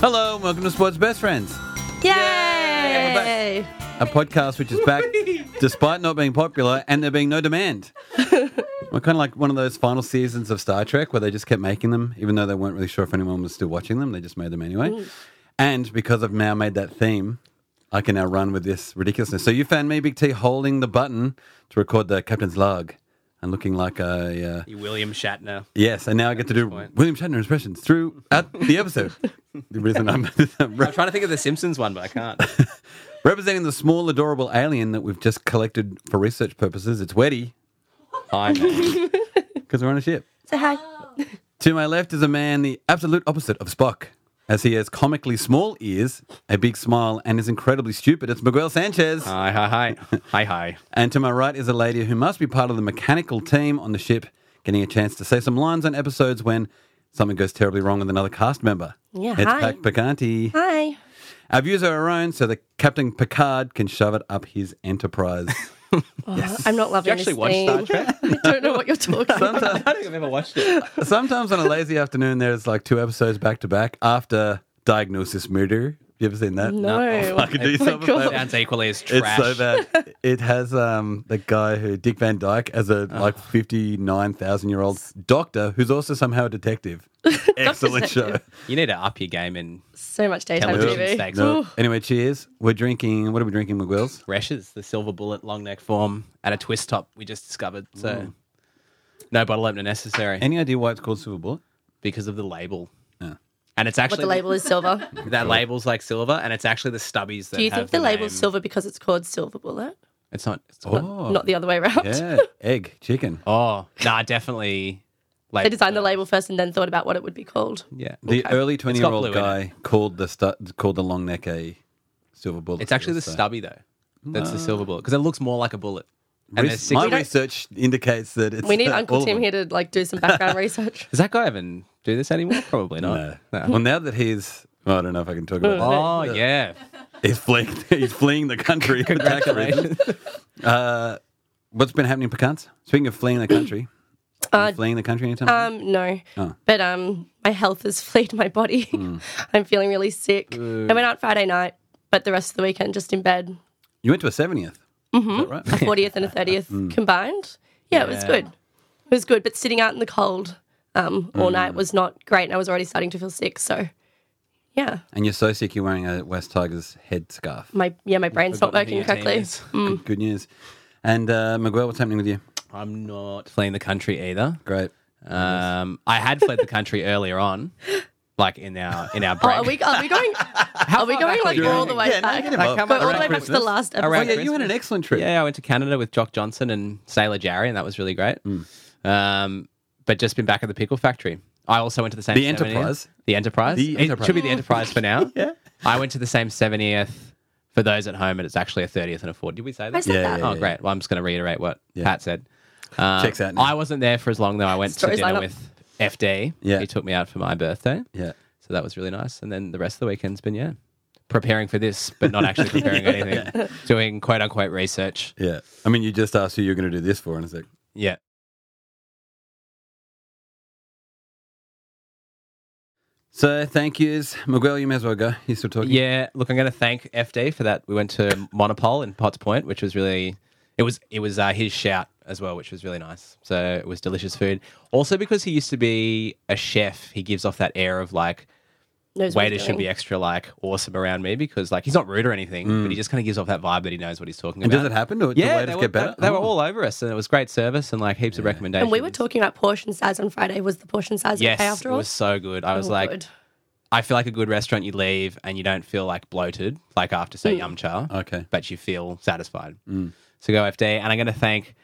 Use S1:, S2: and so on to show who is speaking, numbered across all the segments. S1: Hello and welcome to Sports Best Friends,
S2: Yay!
S1: a podcast which is back despite not being popular and there being no demand. We're kind of like one of those final seasons of Star Trek where they just kept making them, even though they weren't really sure if anyone was still watching them. They just made them anyway. And because I've now made that theme, I can now run with this ridiculousness. So you found me, Big T, holding the button to record the Captain's Log and looking like a. Uh,
S3: You William Shatner.
S1: yes, and now I get to do
S3: point.
S1: William Shatner impressions throughout the episode. the reason I'm.
S3: I'm trying to think of the Simpsons one, but I can't.
S1: Representing the small, adorable alien that we've just collected for research purposes, it's Weddy,
S3: Hi, man.
S1: because we're on a ship.
S2: So hi.
S1: To my left is a man the absolute opposite of Spock, as he has comically small ears, a big smile, and is incredibly stupid. It's Miguel Sanchez.
S3: hi, hi, hi, hi, hi.
S1: And to my right is a lady who must be part of the mechanical team on the ship, getting a chance to say some lines on episodes when something goes terribly wrong with another cast member.
S2: Yeah,
S1: it's
S2: hi.
S1: Pac Picanti.
S2: Hi.
S1: Our views are our own, so that Captain Picard can shove it up his enterprise.
S2: I'm not loving
S3: Did you actually
S2: this
S3: watch
S2: theme.
S3: Star Trek?
S2: I don't know what you're talking about.
S3: I don't think I've ever watched it.
S1: Sometimes on a lazy afternoon, there's like two episodes back to back after Diagnosis Murder. You ever seen that?
S2: No.
S1: Oh, I could do
S3: Oh my
S1: yourself a
S2: God.
S1: favor.
S3: Sounds equally as
S1: It's
S3: trash.
S1: so bad. It has um, the guy who Dick Van Dyke as a like fifty nine thousand year old doctor who's also somehow a detective. Excellent show.
S3: You need to up your game in
S2: So much daytime
S3: Television
S2: TV.
S3: stakes.
S1: No.
S2: Ooh.
S1: Anyway, cheers. We're drinking. What are we drinking, McWills?
S3: Reshes, the silver bullet long neck form, and a twist top we just discovered. So no bottle opener necessary
S1: Any idea why it's called Silver Bullet?
S3: because of the label.
S1: Yeah.
S3: And it's
S2: But
S3: actually
S2: the label is silver.
S3: that label's like silver, and it's actually the stubbies that
S2: Do you think
S3: have
S2: the label's
S3: name.
S2: silver because it's called Silver Bullet?
S3: It's not. It's not
S1: Oh,
S2: Not the other way around.
S1: yeah, egg, chicken.
S3: oh, nah, definitely. Like
S2: They designed the label first and then thought about what it would be called.
S3: Yeah,
S1: The early twenty year
S3: blue
S1: old
S3: in it.
S1: guy called the stu- called the long neck a silver bullet.
S3: It's actually the
S1: So-
S3: stubby though. That's the silver bullet because it looks more like a bullet. And there's
S1: Res-
S3: six-
S1: my
S3: We don't-
S1: research indicates that it's
S2: We need
S1: uh, all
S2: Uncle
S1: of
S2: Tim
S1: them.
S2: here to like do some background research.
S3: Does that guy even do this anymore? Probably
S1: No.
S3: not. No.
S1: Well, now that he's, well, I don't know if I can talk
S2: Mm.
S1: about.
S3: Oh yeah,
S1: it. He's fleeing, he's fleeing the country. for tax reasons.
S3: congratulations.
S1: What's been happening, Pecans? Speaking of fleeing the country,
S2: Uh,
S1: are you fleeing the country anytime? soon?
S2: Um, no.
S1: Oh.
S2: But um, my health has fleed my body.
S1: Hmm.
S2: I'm feeling really sick. I went out Friday night, but the rest of the weekend just in bed.
S1: you went to a seventieth.
S2: Mm-hmm.
S1: Is that right?
S2: 40th and a 30th combined. Yeah, it was
S3: Mm. Yeah.
S2: good. It was good, but sitting out in the cold um,
S3: Mm.
S2: all night was not great, and I was already starting to feel sick. So, yeah,
S1: and you're so sick, you're wearing a West Tigers headscarf.
S2: my yeah my brain's not
S3: forgotten who
S2: working
S3: your
S2: correctly.
S3: team is.
S2: Mm.
S1: Good, good news. And uh, Miguel, what's happening with you?
S3: I'm not fleeing the country either.
S1: Great.
S3: Um, I had fled the country earlier on, like in our in our
S2: Oh,
S3: break.
S2: are we are we going? are we going like
S3: you
S2: all
S3: going?
S2: the way
S1: Yeah, no,
S2: back?
S1: get
S2: Go
S1: him up.
S3: Like, come
S2: all the
S3: on,
S2: way
S3: around
S2: back to the
S3: Christmas.
S2: last
S1: Oh,
S2: episode.
S1: yeah,
S3: Around
S1: you had an excellent trip.
S3: Yeah, I went to Canada with Jock Johnson and Sailor Jerry, and that was really great.
S1: Hmm.
S3: Um, but just been back at the pickle factory. I also went to the same.
S1: The
S3: 70th
S1: Enterprise?
S3: The Enterprise.
S1: The
S3: It
S1: Enterprise.
S3: should be the Enterprise for now. yeah. I went to the same 70th. For those at home, and it's actually a 30th and a 40th. Did we say that?
S2: I said
S1: Yeah,
S2: that.
S1: yeah,
S3: oh, great. Well, I'm just going to reiterate what Pat said. Um,
S1: Checks out now.
S3: I wasn't there for as long though. I went to
S2: Stories line
S3: dinner
S2: up.
S3: with FD.
S1: Yeah.
S3: He took me out for my birthday.
S1: Yeah.
S3: So that was really nice. And then the rest of the weekend's been, yeah, preparing for this, but not actually preparing anything. Doing quote unquote research.
S1: Yeah. I mean, you just asked who you're going to do this for, and it's like,
S3: Yeah.
S1: so thank yous. Miguel, you may as well go. You're still talking.
S3: Yeah. Look, I'm going to thank FD for that. We went to Monopole in Potts Point, which was really, it was, it was uh, his shout as well, which was really nice. So it was delicious food. Also, because he used to be a chef, he gives off that air of like,
S2: Knows what
S3: waiter
S2: he's
S3: should
S2: doing.
S3: be extra like awesome around me because like he's not rude or anything, but he just kind of gives off that vibe that he knows what he's talking
S1: Mm. And
S3: about.
S1: does it happen? Do, do
S3: Yeah,
S1: waiters
S3: they were,
S1: get better?
S3: They, they were
S1: Oh.
S3: all over us, and it was great service and like heaps of recommendations.
S2: And we were talking about portion size on Friday. Was the portion size
S3: Yes,
S2: okay after
S3: it
S2: all?
S3: was so good. I was
S2: Oh,
S3: like,
S2: good.
S3: I feel like a good restaurant. You leave and you don't feel like bloated, like after
S2: Mm.
S3: say yum cha.
S1: Okay.
S3: but you feel satisfied. So go FD, and I'm going to thank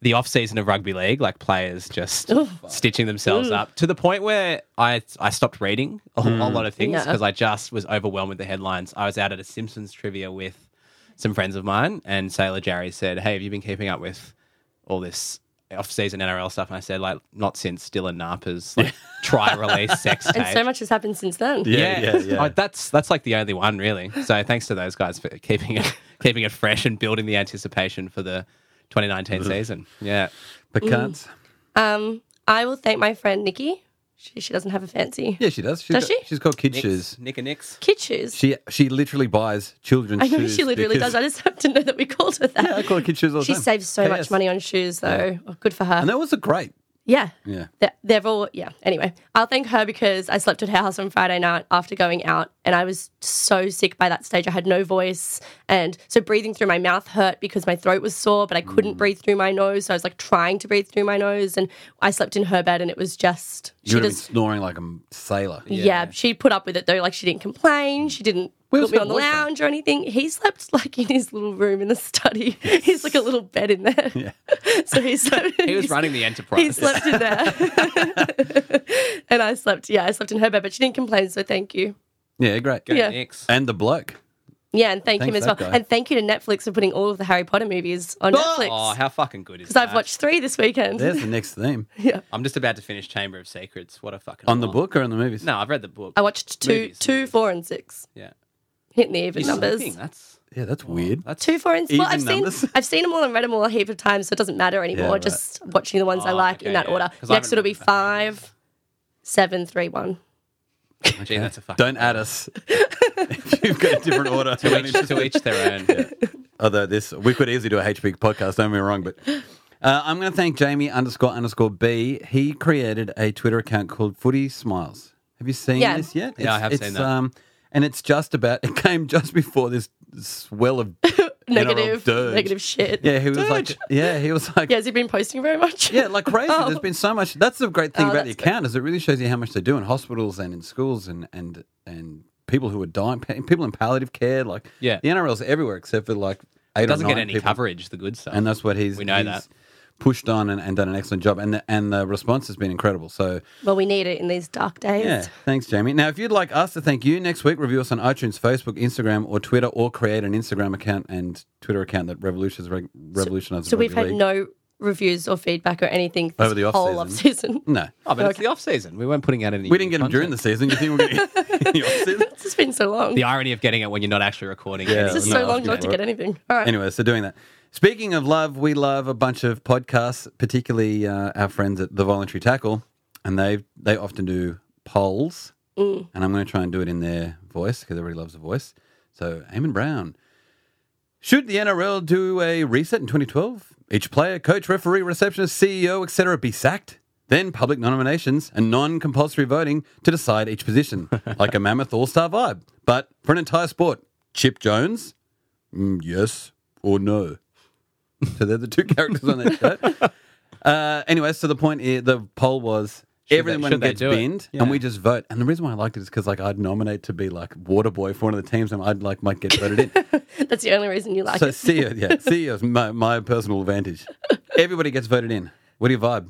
S3: the off season of rugby league, like players just stitching themselves up to the point where I I stopped reading a, a lot of things
S2: Hmm. Yeah.
S3: because I just was overwhelmed with the headlines. I was out at a Simpsons trivia with some friends of mine, and Sailor Jerry said, "Hey, have you been keeping up with all this?" Off season NRL stuff, and I said, like, not since Dylan Napa's like, try release sex tape.
S2: and so much has happened since then.
S1: Yeah, yeah, yeah.
S3: Oh, that's that's like the only one really. So thanks to those guys for keeping it keeping it fresh and building the anticipation for the 2019 season. Yeah. Mm.
S1: Pecans.
S2: Um, I will thank my friend Nikki She, she doesn't have a fancy.
S1: Yeah, she does. She's
S2: Does
S1: got-
S2: she?
S1: She's called kid shoes.
S3: Nicks, Nick and Nicks.
S2: Kid shoes.
S1: She she literally buys children's
S2: I know
S1: shoes.
S2: she literally
S1: because-
S2: does. I just have to know that we called her that.
S1: yeah, I call her kid shoes all the
S2: she
S1: time.
S2: saves so much
S1: KS.
S2: money on shoes, though. Oh, good for her.
S1: And that was a great.
S2: yeah.
S1: Yeah.
S2: They're, they're all, yeah. Anyway, I'll thank her because I slept at her house on Friday night after going out and I was so sick by that stage. I had no voice. And so breathing through my mouth hurt because my throat was sore, but I
S1: Mm.
S2: couldn't breathe through my nose. So I was like trying to breathe through my nose. And I slept in her bed and it was just,
S1: You
S2: she
S1: would have been
S2: just,
S1: snoring like a m- sailor.
S2: yeah. she put up with it though. Like she didn't complain. She didn't.
S1: was
S2: Put me
S1: her
S2: on the
S1: boyfriend?
S2: lounge or anything. He slept like in his little room in the study. He's like a little bed in there. So he slept.
S3: He was
S2: he's-
S3: running the
S2: he
S3: enterprise.
S2: slept in there. and I slept, yeah, I slept in her bed, but she didn't complain, so thank you.
S1: Yeah, great.
S3: Go
S2: yeah.
S3: Nicks.
S1: And the bloke.
S2: Yeah, and thank him
S1: Thanks,
S2: as well.
S1: that guy.
S2: And thank you to Netflix for putting all of the Harry Potter movies on
S3: Oh,
S2: Netflix.
S3: how fucking good is
S2: Because I've
S3: that?
S2: watched three this weekend.
S1: There's the next theme.
S3: I'm just about to finish Chamber of Secrets. What a fucking
S1: On the
S3: lot.
S1: book or on the movies?
S3: No, I've read the book.
S2: I watched two,
S3: Movies,
S2: two,
S3: movies.
S2: four and six.
S3: Yeah,
S2: Hitting the even
S3: You're
S2: numbers.
S3: sleeping. That's
S1: Yeah, that's weird.
S3: that's
S2: Two, four, and well,
S1: Even
S2: I've
S1: numbers?
S2: seen I've seen them all and read them all a heap of times, so it doesn't matter anymore.
S1: right.
S2: Just watching the ones I
S3: Oh,
S2: like
S3: okay,
S2: in that
S3: yeah.
S2: order.
S3: 'Cause I
S2: Next
S3: haven't
S2: it'll
S3: read
S2: be
S3: that.
S2: five, seven, three, one.
S3: Gee, that's a fucking.
S1: Don't add us. if you've got a different order.
S3: To each, to each their own.
S1: Although this, we could easily do a HB podcast. Don't be wrong, but uh, I'm going to thank Jamie underscore underscore B. He created a Twitter account called Footy Smiles. Have you seen
S2: Yeah.
S1: this yet?
S3: Yeah, I have seen that.
S1: Um, and it's just about. It came just before this swell of general
S2: Negative
S1: dirge.
S2: negative shit.
S1: Yeah, he was like. Yeah, he was like.
S2: Yeah, has he been posting very much?
S1: Yeah, like crazy.
S3: Oh.
S1: There's been so much. That's the great thing
S2: Oh,
S1: about the
S2: that's good.
S1: account is it really shows you how much they do in hospitals and in schools and and and people who are dying, pa- people in palliative care. Like
S3: Yeah.
S1: the NRL's everywhere except for like eight
S3: It
S1: or
S3: doesn't get
S1: nine
S3: any
S1: people.
S3: coverage. The good stuff.
S1: and that's what he's
S3: We know
S1: he's
S3: that.
S1: pushed on and, and done an excellent job. And the, and the response has been incredible. So
S2: Well, we need it in these dark days.
S1: yeah, thanks, Jamie. Now, if you'd like us to thank you next week, review us on iTunes, Facebook, Instagram, or Twitter, or create an Instagram account and Twitter account that revolutions reg- revolutionizes.
S2: So we've
S1: rugby
S2: had
S1: league.
S2: no reviews or feedback or anything this
S1: Over the
S2: whole off
S1: off-season.
S2: season.
S1: no.
S3: oh, but it's the off season. We weren't putting out any.
S1: We didn't get them
S3: content.
S1: during the season. You think we're going to the off season?
S2: It's just been so long.
S3: The irony of getting it when you're not actually recording.
S1: Yeah.
S3: Yeah.
S2: it's just
S1: no,
S2: so long
S1: asking
S2: not to
S1: for
S2: get
S1: it.
S2: anything. All right.
S1: Anyway, so doing that. Speaking of love, we love a bunch of podcasts, particularly uh, our friends at the Voluntary Tackle, and they they often do polls.
S2: Mm.
S1: And I'm going to try and do it in their voice because everybody loves a voice. So, Eamon Brown, should the NRL do a reset in 2012? Each player, coach, referee, receptionist, E CEO, etc., be sacked? Then public nominations and non-compulsory voting to decide each position, like a mammoth all-star vibe, but for an entire sport. Chip Jones, Mm, yes or no. So they're the two characters on that show. Uh, anyway, so the point is, the poll was
S3: Should they-
S1: everyone
S3: should they
S1: gets
S3: do it?
S1: binned,
S3: Yeah.
S1: and we just vote. And the reason why I liked it is because like I'd nominate to be like water boy for one of the teams, and I'd like might get voted in.
S2: That's the only reason you like
S1: so
S2: it.
S1: CEO, yeah, CEO is my, my personal advantage. Everybody gets voted in. What do you vibe?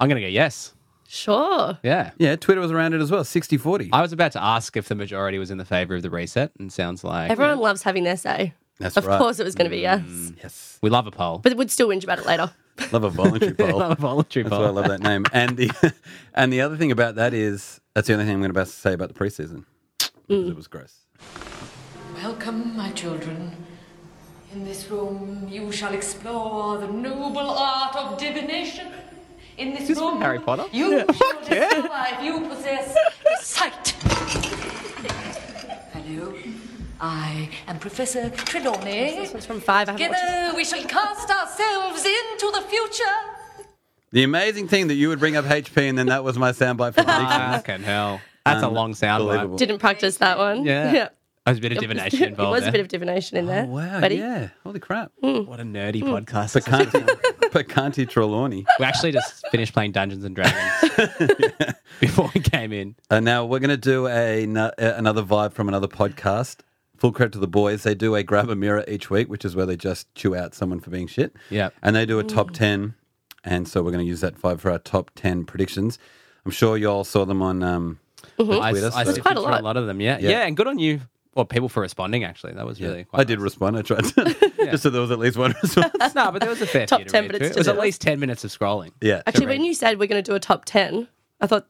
S3: I'm gonna go yes.
S2: Sure.
S3: Yeah.
S1: Yeah, Twitter was around it as well, 60-40.
S3: I was about to ask if the majority was in the favor of the reset, and sounds like
S2: Everyone loves having their say.
S1: That's
S2: of
S1: right. Mm.
S2: course it was going to be yes.
S1: yes,
S3: we love a poll.
S2: But we'd still whinge about it later.
S1: love a voluntary
S3: We
S1: poll.
S3: love a voluntary
S1: That's why I
S3: poll.
S1: love that name. And the and the other thing about that is that's the only thing I'm going to about say about the preseason because it was gross.
S4: Welcome, my children. In this room, you shall explore the noble art of divination. In this,
S3: this
S4: room,
S3: from Harry Potter?
S4: you shall discover if you possess sight. Hello, I am Professor Trelawney.
S2: This one's from five. I haven't watched it.
S4: Together, we shall cast ourselves into the future.
S1: The amazing thing that you would bring up HP and then that was my soundbite for the
S3: Ah, Fucking hell. That's
S1: Um,
S3: a long sound. bite.
S1: Unbelievable.
S2: Didn't practice that one.
S3: Yeah.
S2: yeah.
S3: There's a bit of
S2: It
S3: divination
S2: was-
S3: involved.
S2: It was a
S3: there.
S2: bit of divination in there.
S1: Oh, wow,
S2: Buddy.
S1: yeah. Holy crap.
S3: What a nerdy
S2: Hmm.
S3: podcast. this is.
S1: Picanti, Picanti Trelawney.
S3: We actually just finished playing Dungeons and Dragons before we came in.
S1: And Uh, now we're going to do a, no- uh, another vibe from another podcast. Full credit to the boys. They do a grab a mirror each week, which is where they just chew out someone for being shit.
S3: Yep.
S1: And they do a top 10. And so we're going to use that vibe for our top 10 predictions. I'm sure you all saw them on. Um,
S3: I,
S1: Tweet us,
S3: I
S1: so-
S3: sifted
S2: Mm-hmm. Quite a
S3: through
S2: lot.
S3: of them. Yeah. yeah, and good on you. Well, people for responding. Actually, that was really. Quite
S1: I did
S3: nice.
S1: respond. I tried to, just so there was at least one response.
S3: no, but there was a fair
S2: Top
S3: few to
S2: 10,
S3: read
S2: but
S3: through.
S2: it's
S3: it was
S2: just-
S3: at least ten minutes of scrolling.
S1: Yeah.
S2: Actually, when you said we're going to do a top 10, I thought,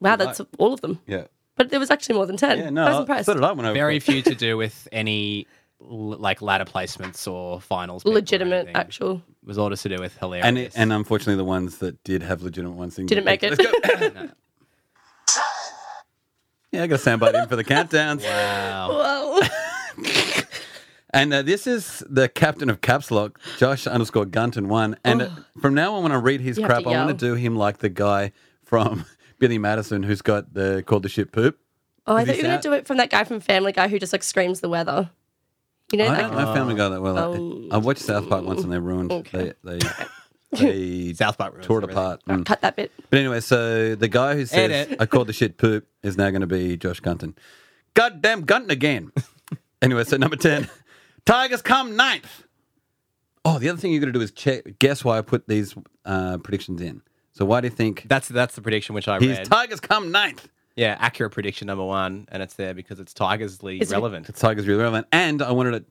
S2: wow, that's all of them.
S1: yeah.
S2: But there was actually more than 10.
S1: Yeah, no,
S2: I was impressed.
S1: So did I when I
S3: Very few to do with any l- like ladder placements or finals. people or
S2: Legitimate,
S3: anything.
S2: actual.
S3: It was all just to do with hilarious.
S1: and it, and unfortunately the ones that did have legitimate ones didn't,
S2: Didn't
S1: get
S2: make it.
S1: picked. Let's go. Yeah, I got a soundbite in for the countdowns.
S3: uh, Wow.
S2: Whoa.
S1: And uh, this is the captain of Caps Lock, Josh underscore Gunton one. And uh, from now on, when I read his
S2: Oh. You have
S1: crap,
S2: to
S1: I want
S2: yell.
S1: to do him like the guy from Billy Madison who's got the called the shit poop.
S2: Oh, I
S1: Is
S2: thought
S1: he
S2: you were going
S1: sad?
S2: to do it from that guy from Family Guy who just like screams the weather. You know,
S1: I
S2: that
S1: don't know Family Guy that well. I-
S2: Oh.
S1: I, watched South Park once and they ruined.
S2: Okay.
S1: They they, they
S3: South Park ruins
S1: tore it
S3: everything.
S1: apart. Mm.
S2: cut that bit.
S1: But anyway, so the guy who says
S3: Edit.
S1: I called the shit poop is now going to be Josh Gunton. Goddamn Gunton again. anyway, so number ten, Tigers come ninth. Oh, the other thing you're going to do is check guess why I put these uh, predictions in. So why do you think
S3: That's that's the prediction which I
S1: his
S3: read.
S1: Tigers come ninth?
S3: yeah, accurate prediction number one, and it's there because it's Tigers League
S2: Is it-
S3: relevant.
S1: The Tigers really relevant, and I wanted it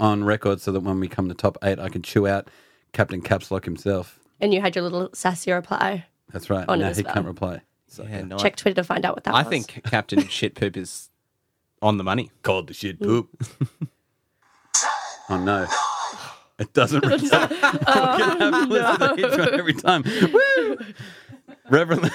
S1: on record so that when we come to top eight, I can chew out Captain Caps Lock himself.
S2: And you had your little sassy reply.
S1: That's right.
S2: Oh, no,
S1: now
S2: it's
S1: he
S2: bad.
S1: can't reply. So,
S3: yeah, nice.
S2: Check Twitter to find out what that
S3: I
S2: was.
S3: think Captain Shit Poop is on the money.
S1: Called the shit poop. oh no. It doesn't return. every time. Woo! Reverend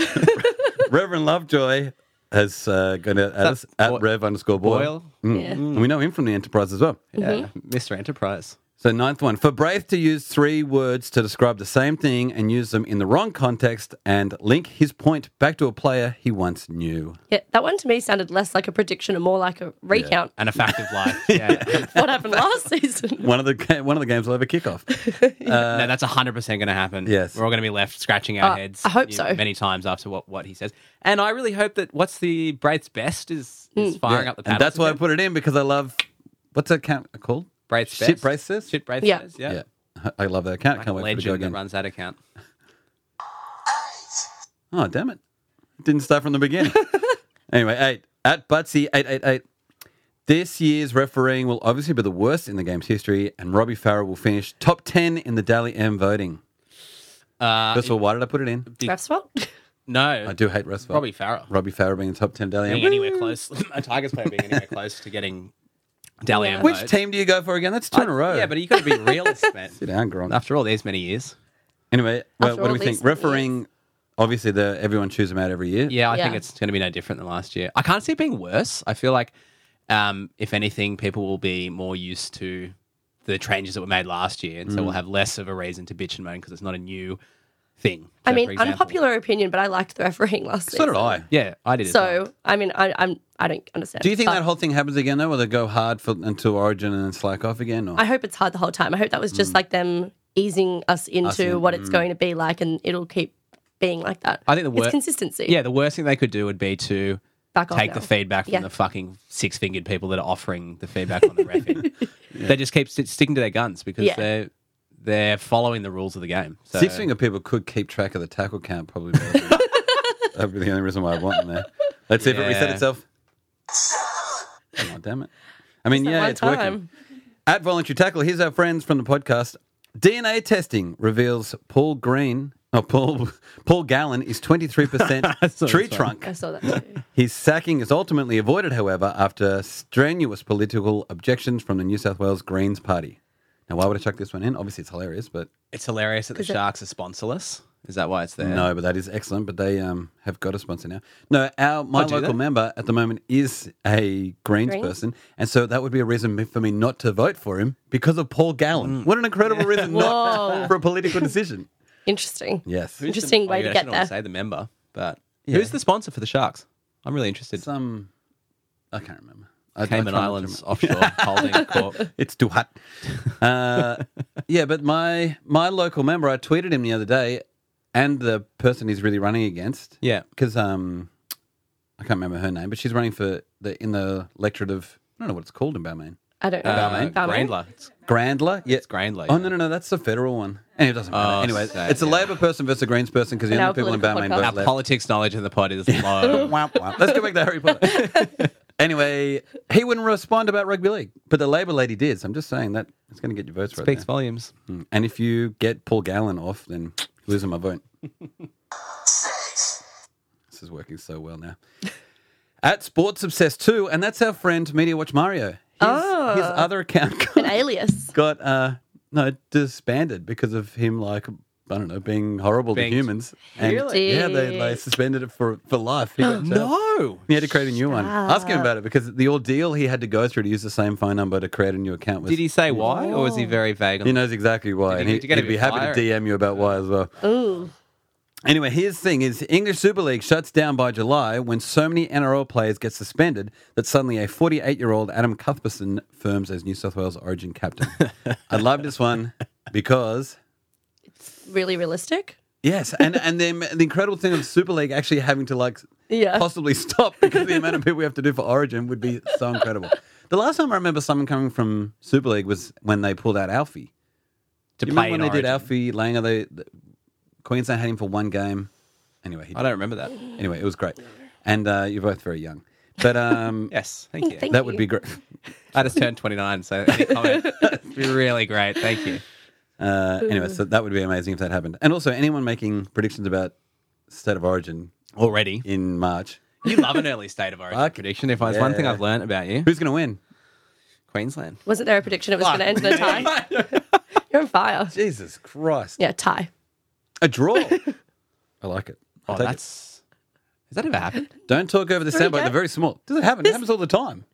S1: Reverend Lovejoy has uh, gone out at us at
S3: Bo-
S1: Rev underscore Boyle.
S3: Boyle?
S1: Mm.
S2: Yeah.
S1: And we know him from the Enterprise as well.
S2: Mm-hmm.
S3: Yeah, Mr. Enterprise.
S1: So ninth one, for Braith to use three words to describe the same thing and use them in the wrong context and link his point back to a player he once knew.
S2: Yeah, that one to me sounded less like a prediction and more like a recount.
S3: An effective life. Yeah.
S2: What happened last season?
S1: One of the ga- one of the games will have a kickoff.
S3: no, that's 100% going to happen.
S1: Uh, Yes.
S3: We're all going to be left scratching our
S2: Uh,
S3: heads.
S2: I hope
S3: you-
S2: so.
S3: Many times after what, what he says. And I really hope that what's the Braith's best is,
S2: Mm.
S3: is firing
S1: Yeah.
S3: up the
S1: and
S3: paddles.
S1: that's why I
S3: again.
S1: put it in because I love what's that account called?
S3: Braith's
S1: Shit
S3: best.
S1: Braith's says?
S3: Shit Braith's
S2: Yeah.
S3: says, Yeah.
S1: Yeah. I love that account.
S3: Like a
S1: Can't wait for it to go
S3: legend that
S1: again.
S3: runs that account.
S1: Oh damn it! Didn't start from the beginning. anyway, eight at Butsy eight eight eight. This year's refereeing will obviously be the worst in the game's history, and Robbie Farrell will finish top ten in the Daily M voting.
S3: Uh,
S1: First of all, why did I put it in?
S2: Ref's fault?
S3: no.
S1: I do hate Russ. Farrell.
S3: Robbie Farrell.
S1: Robbie Farrell being the top ten Daly
S3: being
S1: M.
S3: anywhere close, a Tigers player being anywhere close to getting Dally
S2: Yeah.
S3: M.
S1: Which
S3: votes.
S1: team do you go for again? That's two in a row.
S3: Yeah, but you got to be realist, man.
S1: sit down, Gronk.
S3: After all, there's many years.
S1: Anyway, well,
S2: After
S1: what do
S2: all
S1: we
S2: these
S1: think? Refereeing, obviously, the everyone chews them out every year.
S3: Yeah, I think
S2: Yeah.
S3: it's going to be no different than last year. I can't see it being worse. I feel like, um, if anything, people will be more used to the changes that were made last year, and so we'll have less of a reason to bitch and moan because it's not a new thing.
S2: I
S3: So,
S2: mean,
S3: for example-
S2: unpopular opinion, but I liked the refereeing last
S1: so
S2: season.
S1: did I.
S3: Yeah, I did. as well.
S2: So, I mean, I, I'm, I don't understand.
S1: Do you think
S2: but
S1: that whole thing happens again though, where they go hard for, until Origin and then slack off again? Or?
S2: I hope it's hard the whole time. I hope that was just like them easing us into
S1: Hmm. in- hmm.
S2: what it's going to be like, and it'll keep being like that.
S3: I think the
S2: it's
S3: wor-
S2: consistency.
S3: Yeah, the worst thing they could do would be to
S2: Back off
S3: take
S2: now.
S3: the feedback from
S2: Yeah.
S3: the fucking six fingered people that are offering the feedback on the refing. They just keep st- sticking to their guns because
S2: Yeah.
S3: they're they're following the rules of the game. So,
S1: Six finger people could keep track of the tackle count, probably. better than- That'd be the only reason why I want them there. Let's see if it reset
S3: Yeah.
S1: itself. Oh, damn it. I mean, yeah,
S2: one
S1: it's working.
S2: time.
S1: At Voluntary Tackle, here's our friends from the podcast. DNA testing reveals Paul Green, or Paul Paul Gallen is 23% tree
S3: this one.
S1: trunk.
S2: I saw that too.
S1: His sacking is ultimately avoided, however, after strenuous political objections from the New South Wales Greens Party. Now, why would I chuck this one in? Obviously, it's hilarious, but
S3: it's hilarious that the Sharks are sponsorless. Is that why it's there?
S1: no, but that is excellent. But they um, have got a sponsor now. No, our my
S3: Oh, do
S1: local
S3: they?
S1: member at the moment is a Greens,
S2: Greens?
S1: person, and so that would be a reason for me not to vote for him because of Paul Gallen.
S3: Mm.
S1: What an incredible reason not
S2: Whoa.
S1: for a political decision.
S2: Interesting.
S1: Yes,
S3: Who's the-
S2: Interesting way
S3: you
S2: to
S3: actually
S2: get
S3: don't wanna
S2: there.
S3: Say the member, but
S1: Yeah.
S3: who's the sponsor for the Sharks? I'm really interested.
S1: some I can't remember. I, I try
S3: Cayman
S1: not to
S3: Islands
S1: remember.
S3: offshore holding corp.
S1: It's too hot. Uh, yeah, but my my local member, I tweeted him the other day, and the person he's really running against.
S3: Yeah.
S1: because um, I can't remember her name, but she's running for the in the electorate of I don't know what it's called in Balmain.
S2: I don't know.
S3: Uh,
S2: Balmain?
S3: Grandler. It's
S1: Grandler, yeah, it's
S3: Grandler,
S1: Oh
S3: yeah.
S1: no, no, no, that's the federal one. And it doesn't matter.
S3: Oh,
S1: anyway,
S3: so,
S1: it's a
S3: yeah.
S1: Labor person versus a Greens person because the
S2: And
S1: only
S2: our
S1: people in Balmain
S2: political
S1: vote
S3: Our
S2: podcast.
S1: left.
S3: politics knowledge in the pod is low.
S1: Womp, womp. Let's go back to Harry Potter. anyway, he wouldn't respond about rugby league, but the Labor lady did. So I'm just saying that it's going to get your votes right.
S3: Speaks
S1: there.
S3: volumes.
S1: Mm. And if you get Paul Gallen off, then you're losing my vote. this is working so well now. At Sports Obsessed 2, and that's our friend Media Watch Mario. His,
S2: Oh.
S1: his other account
S2: An alias.
S1: got uh no disbanded because of him like I don't know, being horrible
S3: Being-
S1: to humans. And
S2: Really?
S1: yeah, they, they suspended it for, for life. He got jailed.
S3: No.
S1: He had to create a new one. Ask him about it because the ordeal he had to go through to use the same phone number to create a new account was.
S3: Did he say why, or was he very vague? On
S1: He knows exactly why,
S3: Did he
S1: and he,
S3: get to get a
S1: would be
S3: bit
S1: happy
S3: higher?
S1: to DM you about why as well.
S2: Ooh.
S1: Anyway, his thing is English Super League shuts down by July when so many NRL players get suspended that suddenly a 48-year-old Adam Cuthbertson firms as New South Wales Origin captain. I love this one because
S2: Really realistic.
S1: yes, and and then the incredible thing of Super League actually having to like
S2: Yeah.
S1: possibly stop because the amount of people we have to do for Origin would be so incredible. The last time I remember someone coming from Super League was when they pulled out Alfie.
S3: to
S1: Do you
S3: play
S1: remember when
S3: in
S1: they did
S3: Origin?
S1: Alfie Langer? They the, Queensland had him for one game. Anyway, he
S3: I
S1: did.
S3: don't remember that.
S1: anyway, it was great, and uh, you're both very young, but um,
S3: Yes, thank you.
S2: Thank
S1: that would
S2: you.
S1: be great.
S3: I just turned 29, so any comment would be really great. Thank you.
S1: Uh, anyway, so that would be amazing if that happened. And also, anyone making predictions about state of origin
S3: Already,
S1: in March,
S3: you love an early state of origin
S1: Fuck.
S3: prediction. If there's one thing
S1: Yeah.
S3: I've learned about you,
S1: who's going to win?
S3: Queensland.
S2: Wasn't there a prediction it was going to end in a tie? You're on fire.
S1: Jesus Christ,
S2: Yeah, tie.
S1: a draw. I like it. I'll
S3: Oh,
S1: take
S3: that's has that ever happened?
S1: it. Don't talk over the
S2: Three
S1: soundbite. They're
S2: ga-
S1: very small. Does it happen? It happens all the time.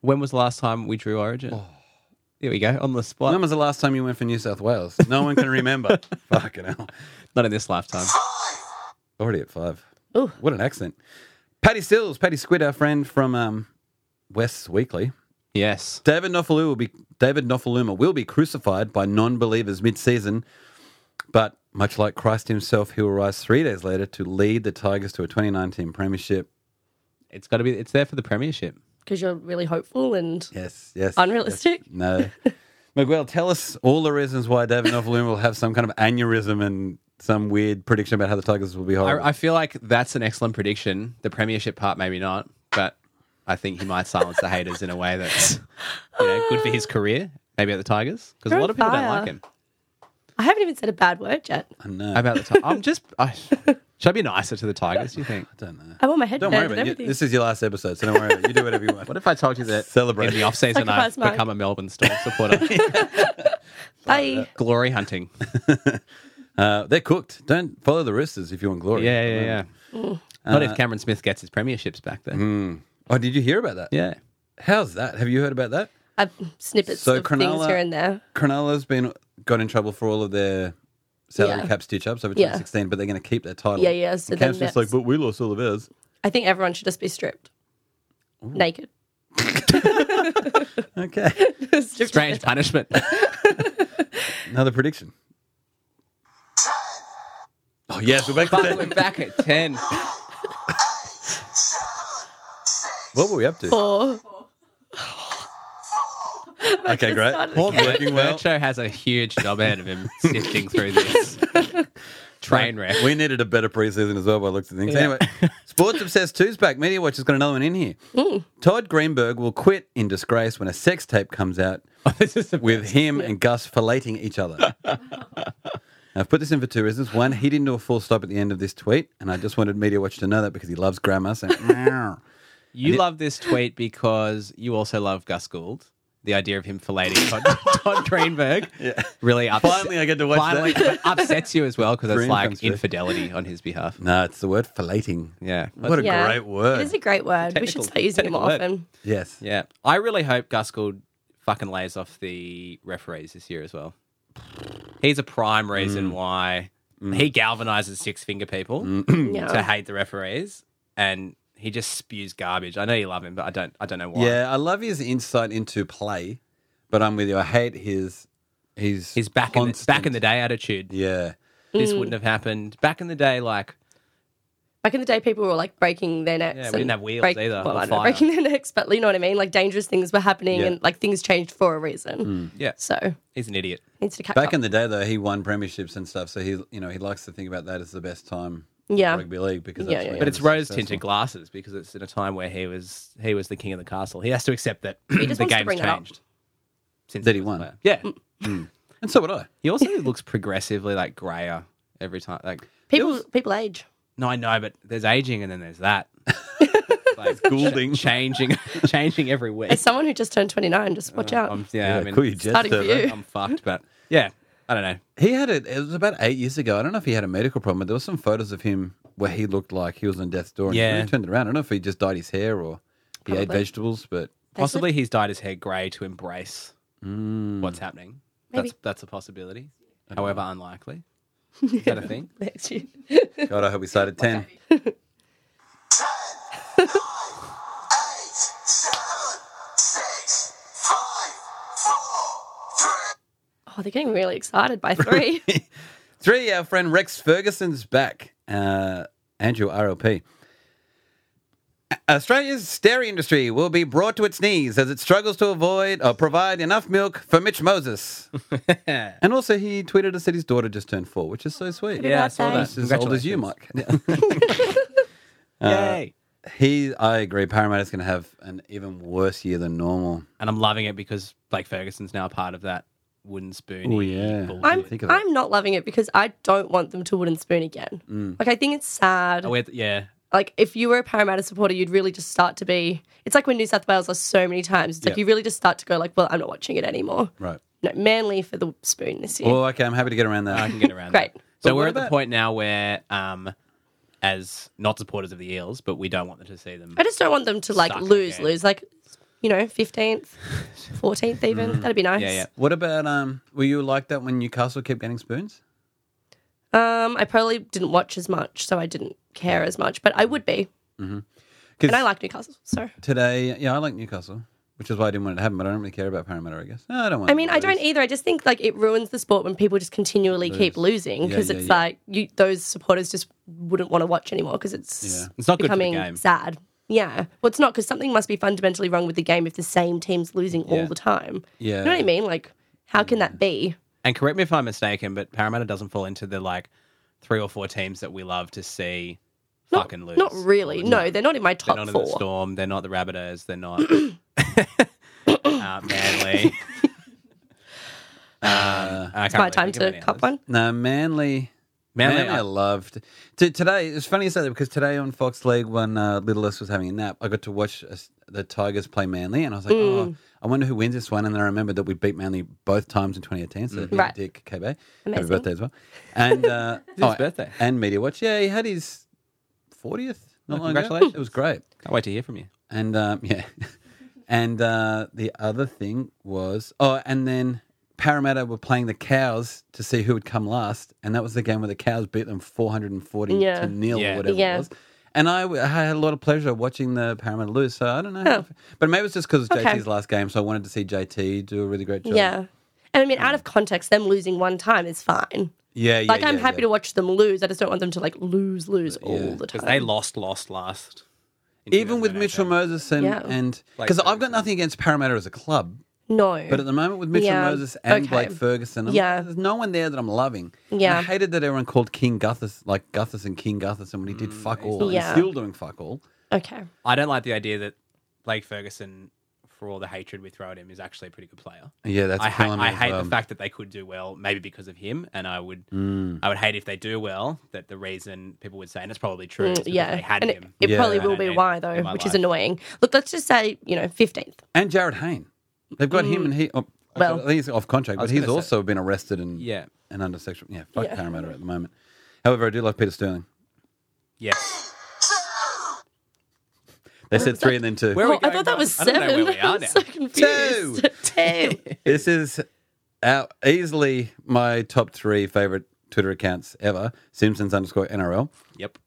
S3: When was the last time we drew Origin? Here we go on the spot.
S1: When was the last time you went for New South Wales? No one can remember. Fucking hell.
S3: Not in this lifetime.
S1: Already at five.
S2: Ooh.
S1: What an accent. Patty Stills, Patty Squid, our friend from um, West's Weekly.
S3: yes,
S1: David Nofaluma will be David Nofaluma will be crucified by non-believers mid-season, but much like Christ himself, he will rise three days later to lead the Tigers to a 2019 premiership.
S3: it's got to be. It's there for the premiership.
S2: Because you're really hopeful and
S1: Yes, yes.
S2: unrealistic.
S1: yes. No. Miguel, tell us all the reasons why David Nofaluma will have some kind of aneurysm and some weird prediction about how the Tigers will be horrible.
S3: I, I feel like that's an excellent prediction. The premiership part, maybe not, but I think he might silence the haters in a way that's you know, good for his career. Maybe at the Tigers, because a
S2: You're
S3: lot of people don't
S2: on
S3: like
S2: fire.
S3: him.
S2: I haven't even said a bad word yet.
S1: I know. I
S3: About the Tigers, I'm just. I, should I be nicer to the Tigers? Do you think?
S1: don't know.
S2: I want my head
S1: Don't
S2: down
S1: worry
S2: and
S1: about it. You-
S2: everything.
S1: This is your last episode, so don't worry about it. You do whatever you want.
S3: What if I told you that
S1: Celebrate.
S3: in the off season I've
S2: Sacrifice mine.
S3: become a Melbourne Storm supporter?
S2: Bye.
S3: Glory hunting.
S1: Uh, they're cooked. Don't follow the Roosters if you want glory.
S3: Yeah, yeah, yeah. Not if Cameron Smith gets his premierships back then.
S1: Oh, did you hear about that?
S3: Yeah.
S1: How's that? Have you heard about that?
S2: Uh, snippets
S1: So
S2: of
S1: Cronulla-
S2: things here and there.
S1: Cronulla's been got in trouble for all of their salary
S2: Yeah.
S1: cap stitch ups over
S2: Yeah.
S1: 2016, but they're going to keep their title.
S2: Yeah, yeah, so
S1: and
S2: then
S1: Cam's just
S2: that's-
S1: like, but we lost all of ours.
S2: I think everyone should just be stripped. Naked.
S1: Okay,
S2: Stripped
S3: Strange punishment.
S1: another prediction. Oh yes, we're back to
S3: Fuck, we're
S1: that.
S3: back at 10.
S1: What were we up to?
S2: Or
S1: Okay, great. Paul's working well.
S3: That show has a huge job ahead of him sifting through this train wreck.
S1: We needed a better preseason as well by the looks of things.
S3: Yeah.
S1: Anyway, Sports Obsessed 2's back. Media Watch has got another one in here. Todd Greenberg will quit in disgrace when a sex tape comes out
S3: this is the
S1: with him and Gus filleting each other. I've put this in for two reasons. One, he didn't do a full stop at the end of this tweet, and I just wanted Media Watch to know that because he loves grammar. So,
S3: You love this tweet because you also love Gus Gould. The idea of him filleting Todd, Todd Greenberg really upset,
S1: Finally, I get to watch
S3: finally
S1: that.
S3: upsets you as well because it's
S1: Dream comes
S3: like
S1: true.
S3: infidelity on his behalf.
S1: no, it's the word filleting.
S3: Yeah.
S1: What a
S2: Yeah.
S1: great word.
S2: It is a great word. We should
S3: Technical-
S2: start using it more
S3: technical word.
S2: often.
S1: yes.
S3: Yeah. I really hope Gus Gould fucking lays off the referees this year as well. He's a prime
S1: Mm.
S3: reason why he galvanizes six finger people
S2: Yeah.
S3: to hate the referees and he just spews garbage. I know you love him, but I don't I don't know why.
S1: Yeah, I love his insight into play, but I'm with you. I hate his. His,
S3: His back in the,
S1: constant-
S3: back in the day attitude.
S1: Yeah.
S3: This
S2: Mm.
S3: wouldn't have happened. Back in the day, like
S2: Back in the day, people were like breaking their necks.
S3: we
S2: and
S3: didn't have wheels
S2: break-
S3: either,
S2: Well,
S3: or
S2: I don't know,
S3: fire.
S2: breaking their necks, but you know what I mean. Like dangerous things were happening,
S1: Yeah.
S2: and like things changed for a reason.
S3: Hmm. yeah.
S2: So
S3: He's an idiot.
S2: needs to catch
S1: Back
S2: up.
S1: in the day, though, he won premierships and stuff, so he, you know, he likes to think about that as the best time. of
S2: Yeah.
S1: Rugby league because that's
S2: Yeah, yeah,
S1: when
S2: yeah.
S1: he
S3: But it's
S1: was
S3: rose
S1: successful.
S3: tinted glasses because it's in a time where he was he was the king of the castle. He has to accept that
S2: just
S3: the
S2: wants to
S3: game's
S2: bring that up. Mm.
S3: changed. Since
S1: That he
S3: was a
S1: won.
S3: player. Yeah.
S1: And so would I.
S3: He also looks progressively like grayer every time. Like,
S2: people, people age.
S3: no, I know, but there's aging and then there's that. like
S1: Goulding.
S3: ch- changing, changing every week.
S2: As someone who just turned twenty nine, just watch out.
S3: Uh, I'm, yeah, I mean,
S1: cool, you jet
S2: starting for
S1: setter.
S2: you.
S3: I'm fucked, but yeah, I don't know.
S1: He had it. It was about eight years ago. I don't know if he had a medical problem, but there were some photos of him where he looked like he was on death's door. And
S3: Yeah.
S1: he really turned it around. I don't know if he just dyed his hair or he ate
S2: Probably.
S1: vegetables, but
S3: Possibly he's dyed his hair grey to embrace
S1: Mm.
S3: what's happening.
S2: Maybe.
S3: That's that's a possibility. However, unlikely. Is that a thing?
S2: Next year.
S1: God, I hope he started ten.
S2: Oh, they're getting really excited by three.
S1: Three, our friend Rex Ferguson's back. Uh, Andrew RLP. Australia's dairy industry will be brought to its knees as it struggles to avoid or provide enough milk for Mitch Moses. and also, he tweeted us that his daughter just turned four, which is so sweet.
S2: Yeah, I saw
S1: She's as old as you, Uh, Mike.
S3: Yay!
S1: he, I agree. Parramatta's going to have an even worse year than normal.
S3: and I'm loving it because Blake Ferguson's now a part of that wooden spoon.
S1: Oh, yeah.
S2: I'm
S1: Think of it.
S2: I'm not loving it because I don't want them to wooden spoon again.
S3: Hmm.
S2: Like I think it's sad.
S3: Oh, wait, yeah.
S2: like if you were a Parramatta supporter, you'd really just start to be. It's like when New South Wales lost so many times. It's like
S1: Yeah.
S2: you really just start to go like, well, I'm not watching it anymore.
S1: Right.
S2: No, Manly for the spoon this year.
S1: Oh, okay. I'm happy to get around that.
S3: I can get around
S2: Great.
S3: that. So
S1: But
S3: we're
S1: what
S3: at the
S1: about-
S3: point now where, um, as not supporters of the Eels, but we don't want them to see them.
S2: I just don't want them to like
S3: Suck
S2: lose,
S3: again.
S2: lose. Like, you know, fifteenth, fourteenth, even. That'd be nice.
S3: Yeah, yeah.
S1: What about um? Were you like that when Newcastle kept getting spoons?
S2: Um, I probably didn't watch as much, so I didn't care as much, but I would be.
S1: 'Cause-
S2: And I like Newcastle, so.
S1: today. Yeah, I like Newcastle, which is why I didn't want it to happen. But I don't really care about Parramatta. I guess. No, I don't want.
S2: I mean,
S1: them
S2: I
S1: to
S2: don't
S1: lose.
S2: either. I just think like it ruins the sport when people just continually keep losing
S1: Yeah,
S2: because
S1: yeah,
S2: it's
S1: yeah.
S2: like you those supporters just wouldn't want to watch anymore because it's
S1: Yeah.
S3: It's not good for the
S2: becoming
S3: game.
S2: sad. Yeah, well, it's not because something must be fundamentally wrong with the game if the same team's losing all the time.
S1: Yeah.
S2: you know what I mean? Like, how can that be?
S3: And correct me if I'm mistaken, but Parramatta doesn't fall into the like three or four teams that we love to see
S2: Not-
S3: fucking lose.
S2: Not really. No, they're not in my
S3: They're
S2: top
S3: not in the
S2: four.
S3: Storm. They're not the Rabbitohs. They're not uh, Manly. um, it's
S2: My time to cup one.
S1: No, Manly.
S3: Manly,
S1: Manly,
S3: I-
S1: I loved. T- today, it's funny you say that because today on Fox League, when uh, Little S was having a nap, I got to watch us the Tigers play Manly, and I was like,
S2: Mm.
S1: oh, I wonder who wins this one. And then I remembered that we beat Manly both times in 2018.
S3: Mm-hmm.
S1: So
S2: Right.
S1: Dick KB, happy
S2: Amazing.
S1: birthday as well, and uh,
S3: his birthday.
S1: and Media Watch. Yeah, he had his 40th. Not
S3: Oh,
S1: long ago.
S3: congratulations.
S1: It was great.
S3: Can't wait to hear from you.
S1: And um, yeah, and uh, the other thing was oh, and then Parramatta were playing the Cows to see who would come last, and that was the game where the Cows beat them four hundred and forty
S2: Yeah.
S1: to nil
S3: Yeah.
S1: or whatever
S2: Yeah.
S1: it was. And I, w- I had a lot of pleasure watching the Parramatta lose, so I don't know, how- but maybe it's just because it's
S2: Okay.
S1: JT's last game, so I wanted to see JT do a really great job.
S2: Yeah, and I mean, out of context, them losing one time is fine.
S1: yeah, yeah.
S2: Like, I'm
S1: yeah,
S2: happy
S1: yeah.
S2: to watch them lose. I just don't want them to like lose, lose all the time.
S3: Because they lost, lost, last. in
S1: Even with Mitchell
S3: 2018.
S1: Moses and
S2: Yeah.
S1: and
S3: Blake
S1: because I've got
S3: Ferguson.
S1: nothing against Parramatta as a club,
S2: no,
S1: But at the moment with Mitchell
S2: Yeah.
S1: Moses and
S2: Okay.
S1: Blake Ferguson, I'm-
S2: Yeah.
S1: there's no one there that I'm loving. And
S2: Yeah.
S1: I hated that everyone called King Guthers like Guthers and King Gutherson when he did fuck all. and
S2: Yeah.
S1: Mm, He's still doing fuck all.
S2: okay.
S3: I don't like the idea that Blake Ferguson, for all the hatred we throw at him, is actually a pretty good player.
S1: Yeah, that's
S3: I, ha-
S1: killing me
S3: I
S1: as
S3: hate
S1: well.
S3: the fact that they could do well, maybe because of him, and I would,
S1: Mm.
S3: I would hate if they do well. That the reason people would say, and it's probably true, is because
S2: Mm, yeah,
S3: they had
S2: and
S3: him.
S2: It, it
S1: Yeah.
S2: probably
S1: I
S2: will
S3: don't
S2: be
S3: need
S2: why
S3: him
S2: though,
S3: in my
S2: which is
S3: life.
S2: annoying. Look, let's just say you know fifteenth.
S1: And Jared Hayne. They've got him and he oh,
S2: Mm. Well-
S1: I think he's off contract, but
S3: was
S1: he's
S3: gonna say-
S1: also been arrested and
S3: Yeah.
S1: and under sexual yeah, fuck
S2: Yeah.
S1: Parramatta at the moment. However, I do love Peter Sterling.
S3: Yes,
S1: They said three and then two.
S3: Where are we
S2: Oh, I thought
S3: going
S2: that
S3: now?
S2: was
S3: I don't know
S2: seven.
S3: where we are
S2: I'm
S3: now.
S2: so confused. Two.
S1: This is our, easily my top three favorite Twitter accounts ever. Simpsons underscore NRL.
S3: yep.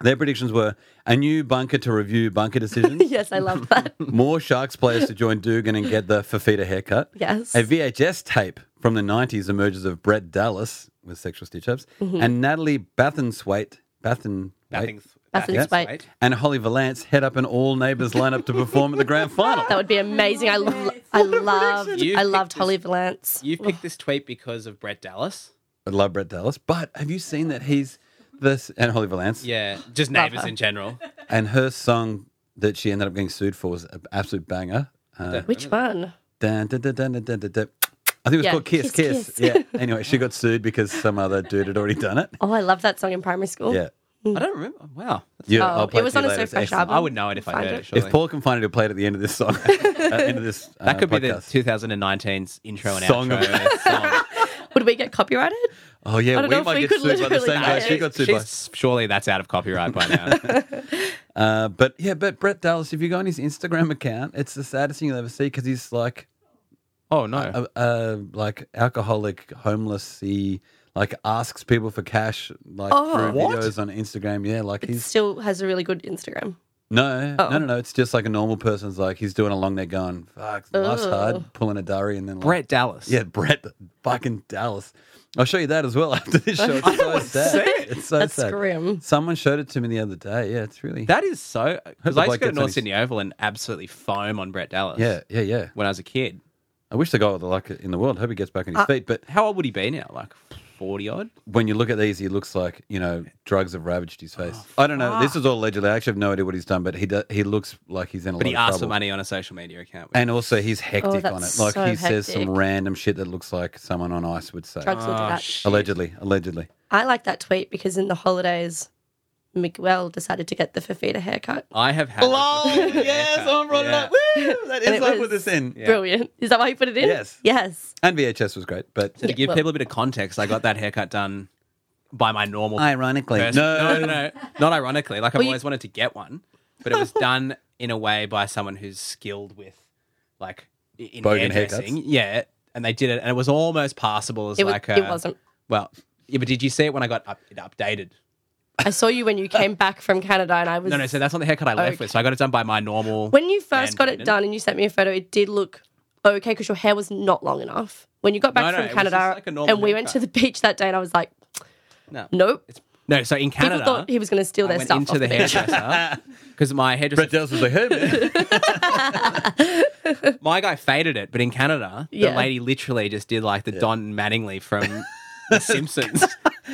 S1: Their predictions were a new bunker to review bunker decisions,
S2: yes, I love that.
S1: more Sharks players to join Dugan and get the Fafita haircut.
S2: Yes.
S1: A VHS tape from the 90s emerges of Brett Dallas with sexual stitch ups
S2: Mm-hmm.
S1: and Natalie Bathenswaite, Bathen,
S3: Nothing.
S2: Nothing's
S3: that's
S2: right.
S1: and Holly Valance head up an all neighbours lineup to perform at the grand final.
S2: That would be amazing. I, lo- I loved.
S3: You
S2: I
S3: picked
S2: loved
S3: this-
S2: Holly Valance.
S3: You picked this tweet because of Brett Dallas.
S1: I love Brett Dallas, but have you seen that he's this and Holly Valance?
S3: Yeah, just neighbors in general.
S1: And her song that she ended up getting sued for was an absolute banger. Uh,
S2: Which one?
S1: Dun, dun, dun, dun, dun, dun, dun, dun. I think it was
S2: Yeah,
S1: called Kiss
S2: Kiss,
S1: Kiss.
S2: Kiss.
S1: Yeah. Anyway, she got sued because some other dude had already done it.
S2: Oh, I loved that song in primary school.
S1: Yeah.
S3: I don't remember. Wow,
S1: Yeah,
S2: Oh,
S1: I'll play
S2: it was
S1: to
S2: on
S1: you
S2: a
S1: later.
S2: So
S1: It's
S2: Fresh
S1: excellent.
S2: album.
S3: I would know it if I
S2: Find
S3: heard
S2: it.
S3: it. Surely.
S1: If Paul can find it, he'll play it at the end of this song. uh, end of this, uh,
S3: that could be the
S1: podcast.
S3: 2019's intro and
S1: Song
S3: outro
S1: of-
S3: song.
S2: Would Would we get copyrighted?
S1: Oh yeah,
S2: don't
S1: we
S2: know if
S1: might
S2: we
S1: get
S2: could
S1: sued by the
S2: literally
S1: same guy
S2: buy
S1: she
S2: it.
S1: got sued by.
S3: She's, surely that's out of copyright by now.
S1: Uh, but yeah, but Brett Dallas, if you go on his Instagram account, it's the saddest thing you'll ever see because he's like
S3: oh no.
S1: a, a like alcoholic, homeless. He like asks people for cash, like
S2: Oh.
S1: through
S3: What?
S1: videos on Instagram. Yeah, like
S2: It
S1: he's
S2: still has a really good Instagram.
S1: no,
S2: Oh.
S1: no, no, no. It's just like a normal person's like he's doing along there going, fuck, life's
S2: Ugh.
S1: hard, pulling a diary, and then like,
S3: Brett Dallas.
S1: yeah, Brett, fucking Dallas. I'll show you that as well after this show. It's so sad. It's so
S2: That's
S1: sad.
S2: grim.
S1: Someone showed it to me the other day. Yeah, it's really.
S3: That is so. Because
S1: the
S3: I
S1: bloke
S3: used to go to
S1: gets
S3: North
S1: any-
S3: Sydney Oval and absolutely foam on Brett Dallas.
S1: yeah, yeah, yeah.
S3: When I was a kid.
S1: I wish the guy were the luck in the world. Hope he gets back on his
S2: Uh,
S1: feet. But
S3: How old would he be now? Like 40 odd?
S1: when you look at these, he looks like you know drugs have ravaged his face.
S3: Oh,
S1: I don't know. This is all allegedly. I actually have no idea what he's done, but he do, he looks like he's in a
S3: But
S1: lot
S3: he
S1: of
S3: asked for
S1: trouble.
S3: money on a social media account.
S1: And also, he's hectic on it.
S2: Oh, that's
S1: Like
S2: so
S1: he says some
S2: hectic.
S1: random shit that looks like someone on ice would say.
S3: Ah.
S2: Drugs will do that.
S1: Allegedly, allegedly.
S2: I like that tweet because in the holidays, Miguel decided to get the Fafita haircut.
S3: I have had. Yeah.
S1: Woo! That
S2: And it was
S1: in.
S2: Brilliant. Is that why you put it in?
S1: Yes.
S2: Yes.
S1: And VHS was great, but
S3: So to
S2: Yeah,
S3: give
S2: well-
S3: people a bit of context, I got that haircut done by my normal
S1: ironically, no,
S3: person. no, no, no, not ironically. Like I've
S2: Well, you-
S3: always wanted to get one, but it was done in a way by someone who's skilled with, like, i- in
S1: Bogan
S3: hairdressing.
S1: haircuts?
S3: Yeah, and they did it, and it was almost passable as
S2: It, was,
S3: like a,
S2: it wasn't.
S3: Well, yeah, but did you see it when I got up, it updated?
S2: I saw you when you came back from Canada and I was.
S3: No, no. So that's not the haircut I left
S2: Okay.
S3: with. So I got it done by my normal.
S2: When you first
S3: And
S2: got
S3: Brandon.
S2: it done and you sent me a photo, it did look okay because your hair was not long enough. When you got back
S3: No, no,
S2: from
S3: it was
S2: Canada
S3: just like a normal
S2: and we went to the
S3: haircut.
S2: beach that day, and I was like,
S3: no,
S2: nope.
S3: It's- no. So in Canada,
S2: People thought he was going to steal
S3: I
S2: their
S3: went
S2: stuff.
S3: into
S2: off
S3: the
S2: me.
S3: hairdresser because my hairdresser
S1: Brett Dallas was like, hey, man. uh,
S3: My guy faded it, but in Canada, the
S2: Yeah.
S3: lady literally just did like the Don Mattingly from The Simpsons.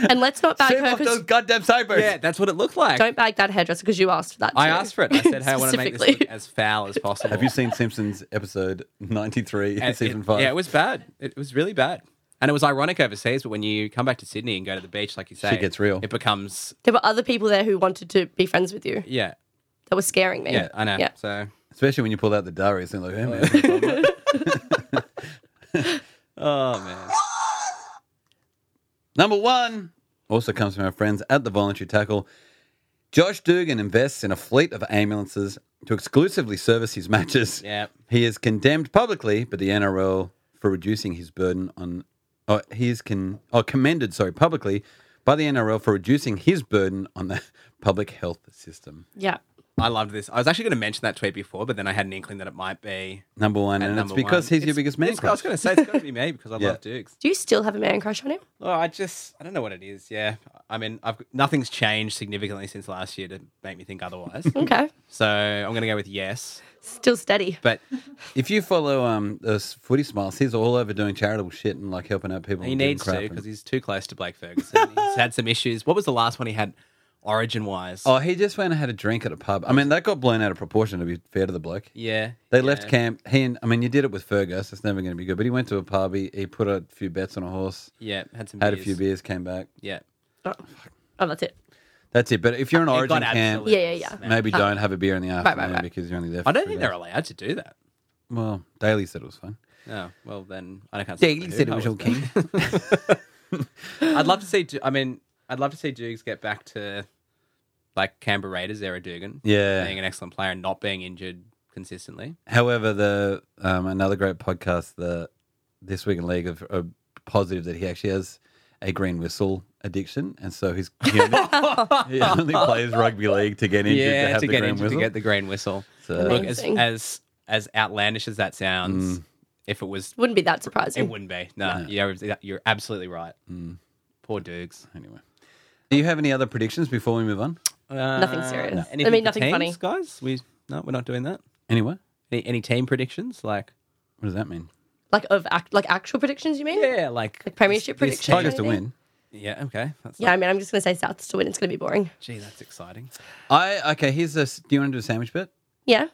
S2: And let's not bag
S1: Shave
S2: her
S1: off those
S2: because
S1: goddamn sideburns.
S3: yeah, that's what it looked like.
S2: don't bag that hairdresser because you asked for that.
S3: I
S2: too.
S3: asked for it. I said, "Hey, I want to make this
S2: Specifically.
S3: look as foul as possible."
S1: Have you seen Simpsons episode 93
S3: And
S1: and season
S3: it-
S1: 5?
S3: Yeah, it was bad. It was really bad, and it was ironic overseas. But when you come back to Sydney and go to the beach, like you say,
S1: Shit gets real.
S3: It becomes
S2: There were other people there who wanted to be friends with you
S3: yeah,
S2: that were scaring me.
S3: yeah. I know.
S2: Yeah.
S3: So
S1: Especially when you pull out the diary. It's like, hey, man.
S3: oh man,
S1: Number one also comes from our friends at the Voluntary Tackle. Josh Dugan invests in a fleet of ambulances to exclusively service his matches.
S3: yeah.
S1: He is condemned publicly, but the NRL for reducing his burden on. Oh, he is con, oh, commended, sorry, publicly by the NRL for reducing his burden on the public health system.
S2: Yeah.
S3: I loved this. I was actually going to mention that tweet before, but then I had an inkling that it might be.
S1: Number one,
S3: at
S1: and it's
S3: number
S1: because
S3: one.
S1: he's your
S3: It's-
S1: biggest man.
S3: it's- I was
S1: crush.
S3: going to say it's got to be me because I
S1: Yeah.
S3: love Dukes.
S2: Do you still have a man crush on him?
S3: Oh, I just I don't know what it is. Yeah, I mean, I've nothing's changed significantly since last year to make me think otherwise.
S2: Okay.
S3: so I'm gonna go with yes.
S2: Still steady.
S3: But
S1: If you follow um the s- Footy Smiles, he's all over doing charitable shit and like helping out people.
S3: he
S1: and giving
S3: needs to
S1: crap and-
S3: because he's too close to Blake Ferguson. he's had some issues. What was the last one he had, origin wise?
S1: Oh, he just went and had a drink at a pub. I mean, that got blown out of proportion. To be fair to the bloke,
S3: yeah.
S1: they
S3: yeah.
S1: left camp. He and I mean, you did it with Fergus. It's never going to be good. But he went to a pub. He, he put a few bets on a horse,
S3: Yeah, had some.
S1: had a
S3: beers.
S1: few beers, came back.
S3: Yeah,
S2: Oh, oh that's it.
S1: That's it. But if you're an
S3: It
S1: Origin
S3: got
S1: camp,
S3: absolutely
S2: Yeah, yeah, yeah.
S3: smashed.
S1: maybe don't have a beer in the afternoon
S2: right, right.
S1: because you're only there. For
S3: I don't
S1: three
S3: think they're
S1: days.
S3: allowed to do that.
S1: Well, Daly said it was fun.
S3: No, well then I can't.
S1: Yeah,
S3: speak
S1: he
S3: for
S1: said
S3: who
S1: it was
S3: I there. I'd love to see. Du- I mean, I'd love to see Dukes get back to like Canberra Raiders era Dugan.
S1: Yeah.
S3: being an excellent player and not being injured consistently.
S1: However, the um, another great podcast, the This Week in League, of, are positive that he actually has a green whistle addiction, and so he's he only, he only plays rugget league to get injured to have the green
S3: injured,
S1: whistle.
S3: to get the green whistle.
S1: So-
S3: Look, as,
S2: Amazing.
S3: as as outlandish as that
S1: Mm.
S3: sounds, if it was,
S2: Wouldn't be that
S3: it
S2: surprising.
S3: wouldn't be. No, you're, you're absolutely right.
S1: Mm.
S3: Poor Dukes.
S1: anyway, do you have any other predictions before we move on?
S2: Nothing serious.
S3: Uh,
S2: I
S3: anything
S2: mean,
S3: for
S2: nothing
S3: teams,
S2: funny.
S3: guys. We no, we're not doing that.
S1: Anyway,
S3: Any, any team predictions? Like
S1: what does that mean?
S2: Like of act, like actual predictions, you mean?
S3: yeah, like
S2: Like premiership
S3: this-
S2: predictions?
S3: this
S1: Tigers to win.
S2: anything?
S3: team- Yeah, okay. That's
S2: Yeah, I
S3: yeah,
S2: mean, I'm just going to say Souths to win. It's going to be boring.
S3: gee, that's exciting.
S1: I okay. Here's a. s- Do you want to do a sandwich bet?
S2: Yeah.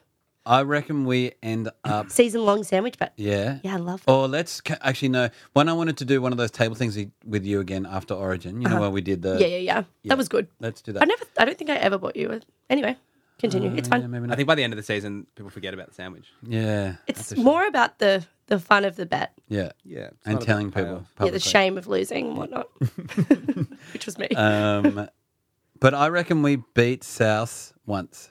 S1: I reckon we end up.
S2: Season long sandwich bet.
S1: Yeah.
S2: Yeah, I love that.
S1: Or let's ca- actually no. When I wanted to do one of those table things we- with you again after Origin, you know where we did the.
S2: yeah, yeah, yeah, That was good.
S1: Let's do that.
S2: I never, I don't think I ever bought you. A, anyway, continue. it's
S1: Uh, Yeah,
S2: fine.
S1: maybe
S3: I
S1: not.
S3: think by the end of the season, people forget about the sandwich.
S1: Yeah.
S2: it's more about the the fun of the bet,
S1: Yeah.
S3: Yeah, it's
S1: And
S3: not a
S1: telling
S3: big
S1: people.
S2: yeah, the
S1: publicly.
S2: shame of losing and whatnot, which was me.
S1: Um, but I reckon we beat South once.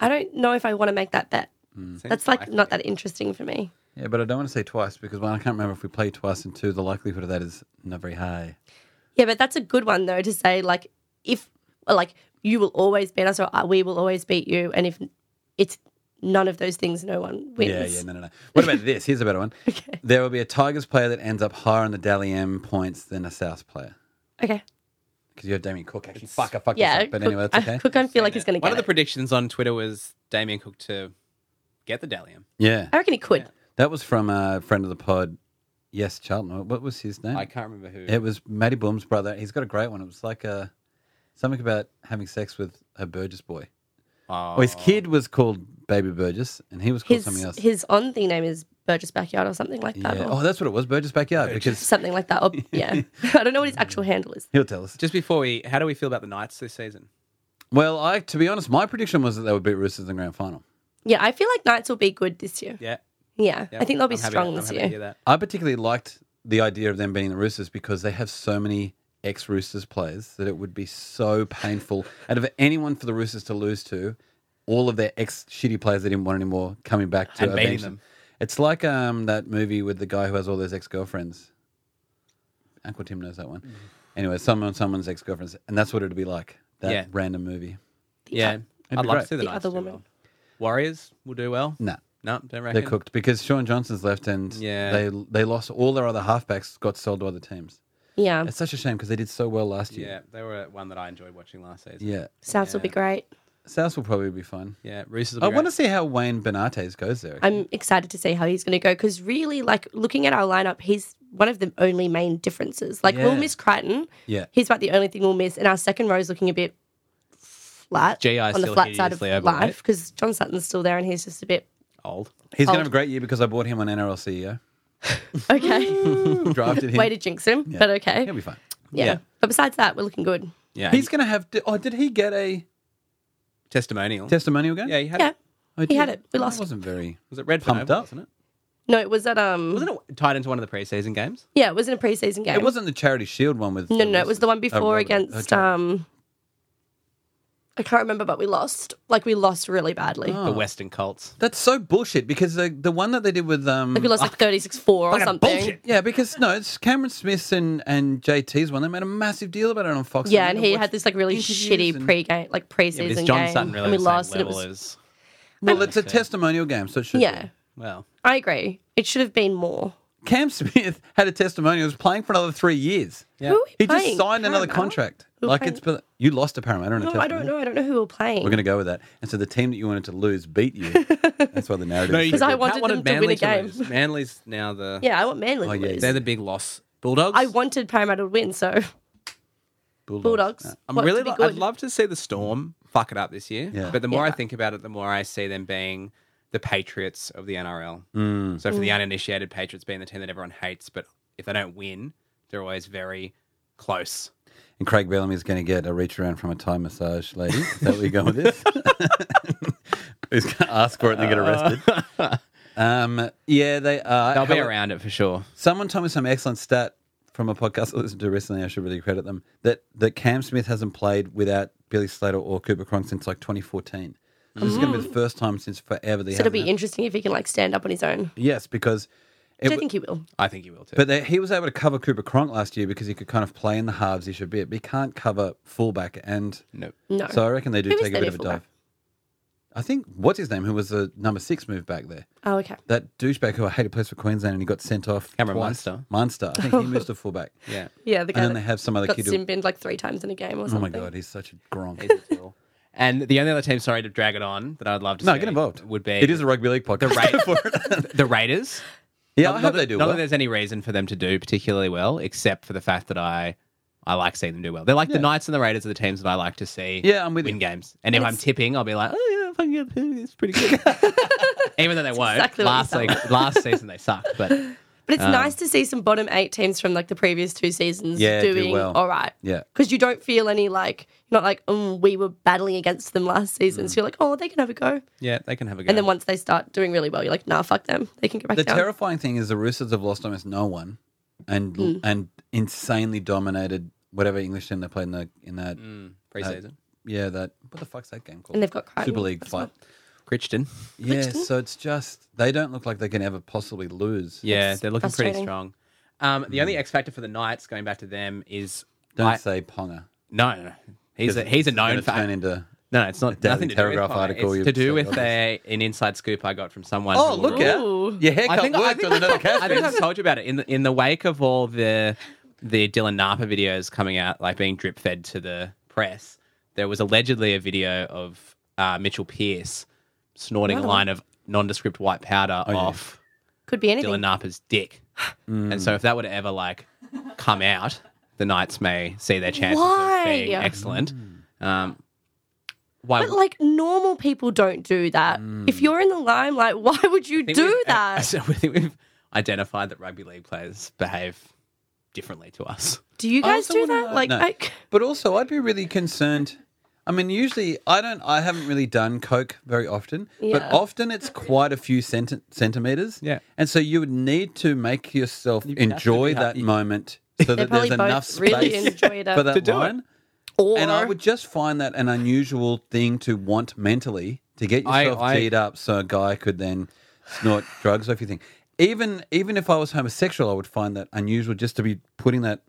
S2: I don't know if I want to make that bet.
S1: Mm.
S3: Seems
S2: That's like not that interesting for me.
S1: Yeah, but I don't want to say twice because one, I can't remember if we played twice, and two, the likelihood of that is not very high.
S2: Yeah, but that's a good one though to say like if like you will always beat us or uh, we will always beat you, and if it's none of those things, no one wins.
S1: Yeah, yeah, no, no, no. What about this? Here's a better one. There will be a Tigers player that ends up higher on the Dally M points than a South player
S2: Okay.
S1: because you have Damien Cook. Actually, fuck, I fucked
S2: Yeah,
S1: this up. But
S2: Cook,
S1: anyway, that's
S2: I,
S1: okay.
S2: Cook, I feel like he's going to
S3: One
S2: get
S3: of the
S2: it.
S3: predictions on Twitter was Damien Cook to get the Dalium.
S1: Yeah,
S2: I reckon he could.
S1: that was from a friend of the pod. Yes, Charlton. What was his name?
S3: I can't remember who.
S1: It was Matty Boom's brother. He's got a great one. It was like a something about having sex with a Burgess boy.
S3: Oh,
S1: Oh, his kid was called Baby Burgess, and he was called something
S2: His
S1: else.
S2: his on thing name is Burgess Backyard or something like that.
S1: yeah.
S2: or
S1: Oh, that's what it was, Burgess Backyard, because
S2: Something like that. Or, yeah. I don't know what his actual handle is.
S1: he'll tell us.
S3: Just before we, how do we feel about the Knights this season?
S1: Well, I to be honest, my prediction was that they would beat Roosters in the grand final.
S2: Yeah, I feel like Knights will be good this year.
S3: Yeah,
S2: Yeah.
S3: yeah,
S2: I think they'll be
S3: I'm happy-
S2: strong
S3: I'm
S2: this
S3: happy to
S2: year.
S3: hear that.
S1: I particularly liked the idea of them beating the Roosters because they have so many ex Roosters players that it would be so painful out of anyone for the Roosters to lose to, all of their ex shitty players they didn't want anymore coming back to
S3: And baiting
S1: avenge
S3: them.
S1: It's like um, that movie with the guy who has all those ex girlfriends. Uncle Tim knows that one. Anyway, someone someone's ex girlfriends, and that's what it'd be like. That
S3: Mm-hmm. Yeah.
S1: random movie.
S3: Yeah, I'd
S1: be
S3: love
S1: great.
S3: to see
S2: The
S3: the, Knights
S2: other
S3: do
S2: woman.
S3: well. Warriors will do well.
S1: Nah.
S3: No, don't reckon.
S1: They're cooked because Sean Johnson's left and
S3: Yeah.
S1: they they lost all their other halfbacks got sold to other teams.
S2: Yeah.
S1: It's such a shame because they did so well last
S3: Yeah,
S1: year.
S3: they were one that I enjoyed watching last season.
S1: Yeah.
S2: Souths will be great.
S1: South will probably be fun.
S3: yeah. Roosters. Will
S1: I
S3: be
S1: want to see
S3: great.
S1: how Wayne Benates goes there.
S2: I'm excited to see how he's going to go because really, like looking at our lineup, he's one of the only main differences. Like we'll
S1: Yeah.
S2: miss Crichton.
S1: Yeah.
S2: He's about the only thing we'll miss, and our second row is looking a bit flat
S3: GI
S2: on the
S3: still
S2: flat side of
S3: hideously overweight.
S2: life because John Sutton's still there and he's just a bit
S3: old.
S1: He's going to
S2: old.
S1: have a great year because I bought him on NRL CEO.
S2: okay.
S1: E Drafted him.
S2: Way to jinx him, but okay.
S1: He'll be fine.
S2: Yeah.
S3: Yeah.
S2: But besides that, we're looking good.
S3: Yeah,
S1: He's going to have. di- Oh, did he get a
S3: testimonial.
S1: testimonial game?
S3: yeah, he had.
S2: Yeah.
S3: It.
S1: Oh,
S2: had
S1: did-
S2: it. We lost.
S1: That wasn't very.
S3: Was it red
S1: Pumped
S3: Pumped
S1: up.
S3: Wasn't it?
S2: No, it was at um
S3: Wasn't it tied into one of the preseason games?
S2: yeah, it was in a preseason game.
S1: It wasn't the Charity Shield one with.
S2: no, no, it was the one before
S1: Robert.
S2: against
S1: Oh,
S2: um I can't remember, but we lost. Like we lost really badly.
S1: Oh.
S3: The Western Colts.
S1: That's so bullshit because the the one that they did with um.
S2: Like we lost like thirty six four or
S3: Fucking
S2: something.
S3: bullshit.
S1: yeah, because no, it's Cameron Smith's and, and JT's one. They made a massive deal about it on Fox.
S2: Yeah,
S1: you
S2: and
S1: can
S2: he
S1: watch
S2: had this like really
S1: interviews
S2: shitty
S1: and-
S2: pre-game, like
S3: Yeah,
S2: preseason
S3: but is
S2: game,
S3: John Sutton really
S2: and we
S3: on the
S2: lost,
S3: same
S2: and it
S3: level
S2: was
S3: as
S1: Well, it's a testimonial game, so it should. be.
S2: yeah.
S3: well?
S2: I agree. It should have been more.
S1: Cam Smith had a testimonial. Was playing for another three years.
S3: Yeah.
S2: Who are we
S1: He just
S2: playing?
S1: signed another
S2: Parramatta?
S1: contract.
S2: Who are we
S1: like
S2: playing?
S1: it's but you lost to Parramatta. In a
S2: No, I don't
S1: testimonial.
S2: know. I don't know who we're playing.
S1: We're going to go with that. And so the team that you wanted to lose beat you. That's why the narrative. is
S2: Because
S1: so
S2: I
S1: good.
S2: wanted
S3: Pat
S2: them to win a game.
S3: lose. Manly's now the
S2: yeah, I want Manly
S1: Oh,
S2: to
S1: yeah,
S2: lose.
S3: they're the big loss. Bulldogs.
S2: I wanted Parramatta to win, so
S1: Bulldogs.
S2: Bulldogs.
S1: Yeah.
S3: I'm
S2: want it
S3: really.
S2: to be
S3: Lo-
S2: good.
S3: I'd love to see the Storm fuck it up this year.
S1: Yeah.
S3: But the more I
S2: Yeah.
S3: think about it, the more I see them being the Patriots of the NRL.
S1: Mm.
S3: So for the
S2: Mm.
S3: uninitiated, Patriots being the team that everyone hates, but if they don't win, they're always very close.
S1: And Craig Bellamy is going to get a reach around from a Thai massage lady. Is that where you go with this? Who's going to ask for it and then get arrested? Um, yeah, they are.
S3: They'll be
S1: However,
S3: around it for sure.
S1: Someone told me some excellent stat from a podcast I listened to recently. I should really credit them that that Cam Smith hasn't played without Billy Slater or Cooper Cronk since like 2014. So This is going to be the first time since forever. That he
S2: Mm. so it'll
S1: hasn't
S2: be
S1: had-
S2: interesting if he can like stand up on his own.
S1: Yes, because it,
S2: Which I
S1: w-
S2: think he will.
S3: I think you will too.
S1: But they, he was able to cover Cooper Cronk last year because he could kind of play in the halves ish a bit, but he can't cover fullback. And
S3: no.
S2: No.
S1: so I reckon they do
S2: Who is
S1: take a
S2: their
S1: bit
S2: new
S1: of a
S2: fullback?
S1: dive. I think what's his name, who was the number six move back there,
S2: Oh, okay.
S1: that douchebag who I hated plays for Queensland and he got sent off.
S3: Cameron
S1: twice.
S3: Munster.
S1: Munster. I think he moves to fullback.
S3: Yeah.
S2: Yeah, the guy
S1: And then
S2: that
S1: they have some other
S2: got
S1: kid who.
S2: sin binned like three times in a game or
S1: Oh my
S2: something.
S1: god, he's such a gronk.
S3: and the only other team, sorry to drag it on, that I'd love to
S1: no,
S3: see
S1: get involved.
S3: would be
S1: it is a rugby league podcast.
S3: Raiders. the Raiders.
S1: yeah, I
S3: not
S1: hope
S3: that,
S1: they do
S3: Not
S1: well.
S3: that there's any reason for them to do particularly well, except for the fact that I I like seeing them do well. They're like
S1: Yeah.
S3: the Knights and the Raiders are the teams that I like to see.
S1: Yeah, I'm with
S3: win
S1: you.
S3: games. And, if I'm tipping, I'll be like, oh yeah, fucking yeah, it's pretty good. Even though they won't.
S2: exactly what you
S3: last
S2: sound
S3: week, last season they sucked, but
S2: But
S1: Um,
S2: it's nice to see some bottom eight teams from like the previous two seasons
S1: Yeah, do
S2: doing
S1: well.
S2: all right.
S1: Yeah.
S2: Because you don't feel any like, you're not like, oh, we were battling against them last
S1: Mm.
S2: season. So you're like, oh, they can have a go.
S3: Yeah, they can have a go.
S2: And then once they start doing really well, you're like, nah, fuck them. They can go back
S1: The
S2: down.
S1: terrifying thing is the Roosters have lost almost no one, and
S2: Hmm.
S1: and insanely dominated whatever English team they played in the in that
S3: preseason.
S1: yeah that what the fuck's that game called?
S2: And they've got Crichton
S1: Super League
S2: as
S1: fight.
S3: Crichton.
S1: Yeah, so it's just they don't look like they can ever possibly lose.
S3: Yeah, they're looking pretty
S2: frustrating.
S3: strong. Um, the only X factor for the Knights, going back to them, is
S1: don't
S3: I-
S1: say Ponga.
S3: no, no, no. He's a he's a
S1: It's
S3: known
S1: gonna turn
S3: fact.
S1: into
S3: No, no, it's not
S1: Daily
S3: nothing to
S1: Telegraph
S3: do with Pie.
S1: article
S3: It's
S1: you've
S3: to do
S1: said,
S3: with a, an inside scoop I got from someone. from Wollongong.
S2: Ooh.
S1: your haircut
S3: I think, I,
S1: worked
S3: think,
S1: on another
S3: I think I've
S1: cat.
S3: told you about it in the in the wake of all the the Dylan Napa videos coming out, like being drip fed to the press. There was allegedly a video of uh, Mitchell Pearce snorting a line of nondescript white powder
S1: Oh, yeah. Mm.
S3: off
S2: Could be anything.
S3: Dylan Napa's dick, and so if that were to ever like come out, the Knights may see their chances
S2: Why?
S3: of being excellent.
S1: Mm.
S3: Um, why?
S2: But like normal people don't do that.
S1: Mm.
S2: If you're in the limelight, why would you
S3: think
S2: do
S3: we've-
S2: that?
S3: So I think we've identified that rugby league players behave differently to us.
S2: do you guys
S1: also
S2: do
S1: wanna
S2: that?
S1: know-
S2: Like,
S1: No.
S2: I,
S1: But also, I'd be really concerned. I mean, usually I don't. I haven't really done coke very often, but
S2: Yeah.
S1: often it's quite a few centi- centimeters.
S3: Yeah.
S1: and so you would need to make yourself
S3: have to
S1: enjoy
S3: be
S1: that
S3: happy.
S1: moment so that there's
S2: probably both
S1: enough space
S2: really enjoyed it.
S1: for that
S3: To do it.
S1: line.
S2: or
S1: And I would just find that an unusual thing to want mentally to get
S3: I-
S1: yourself
S3: I-
S1: teed up so a guy could then snort drugs off your thing. Even even if I was homosexual, I would find that unusual just to be putting that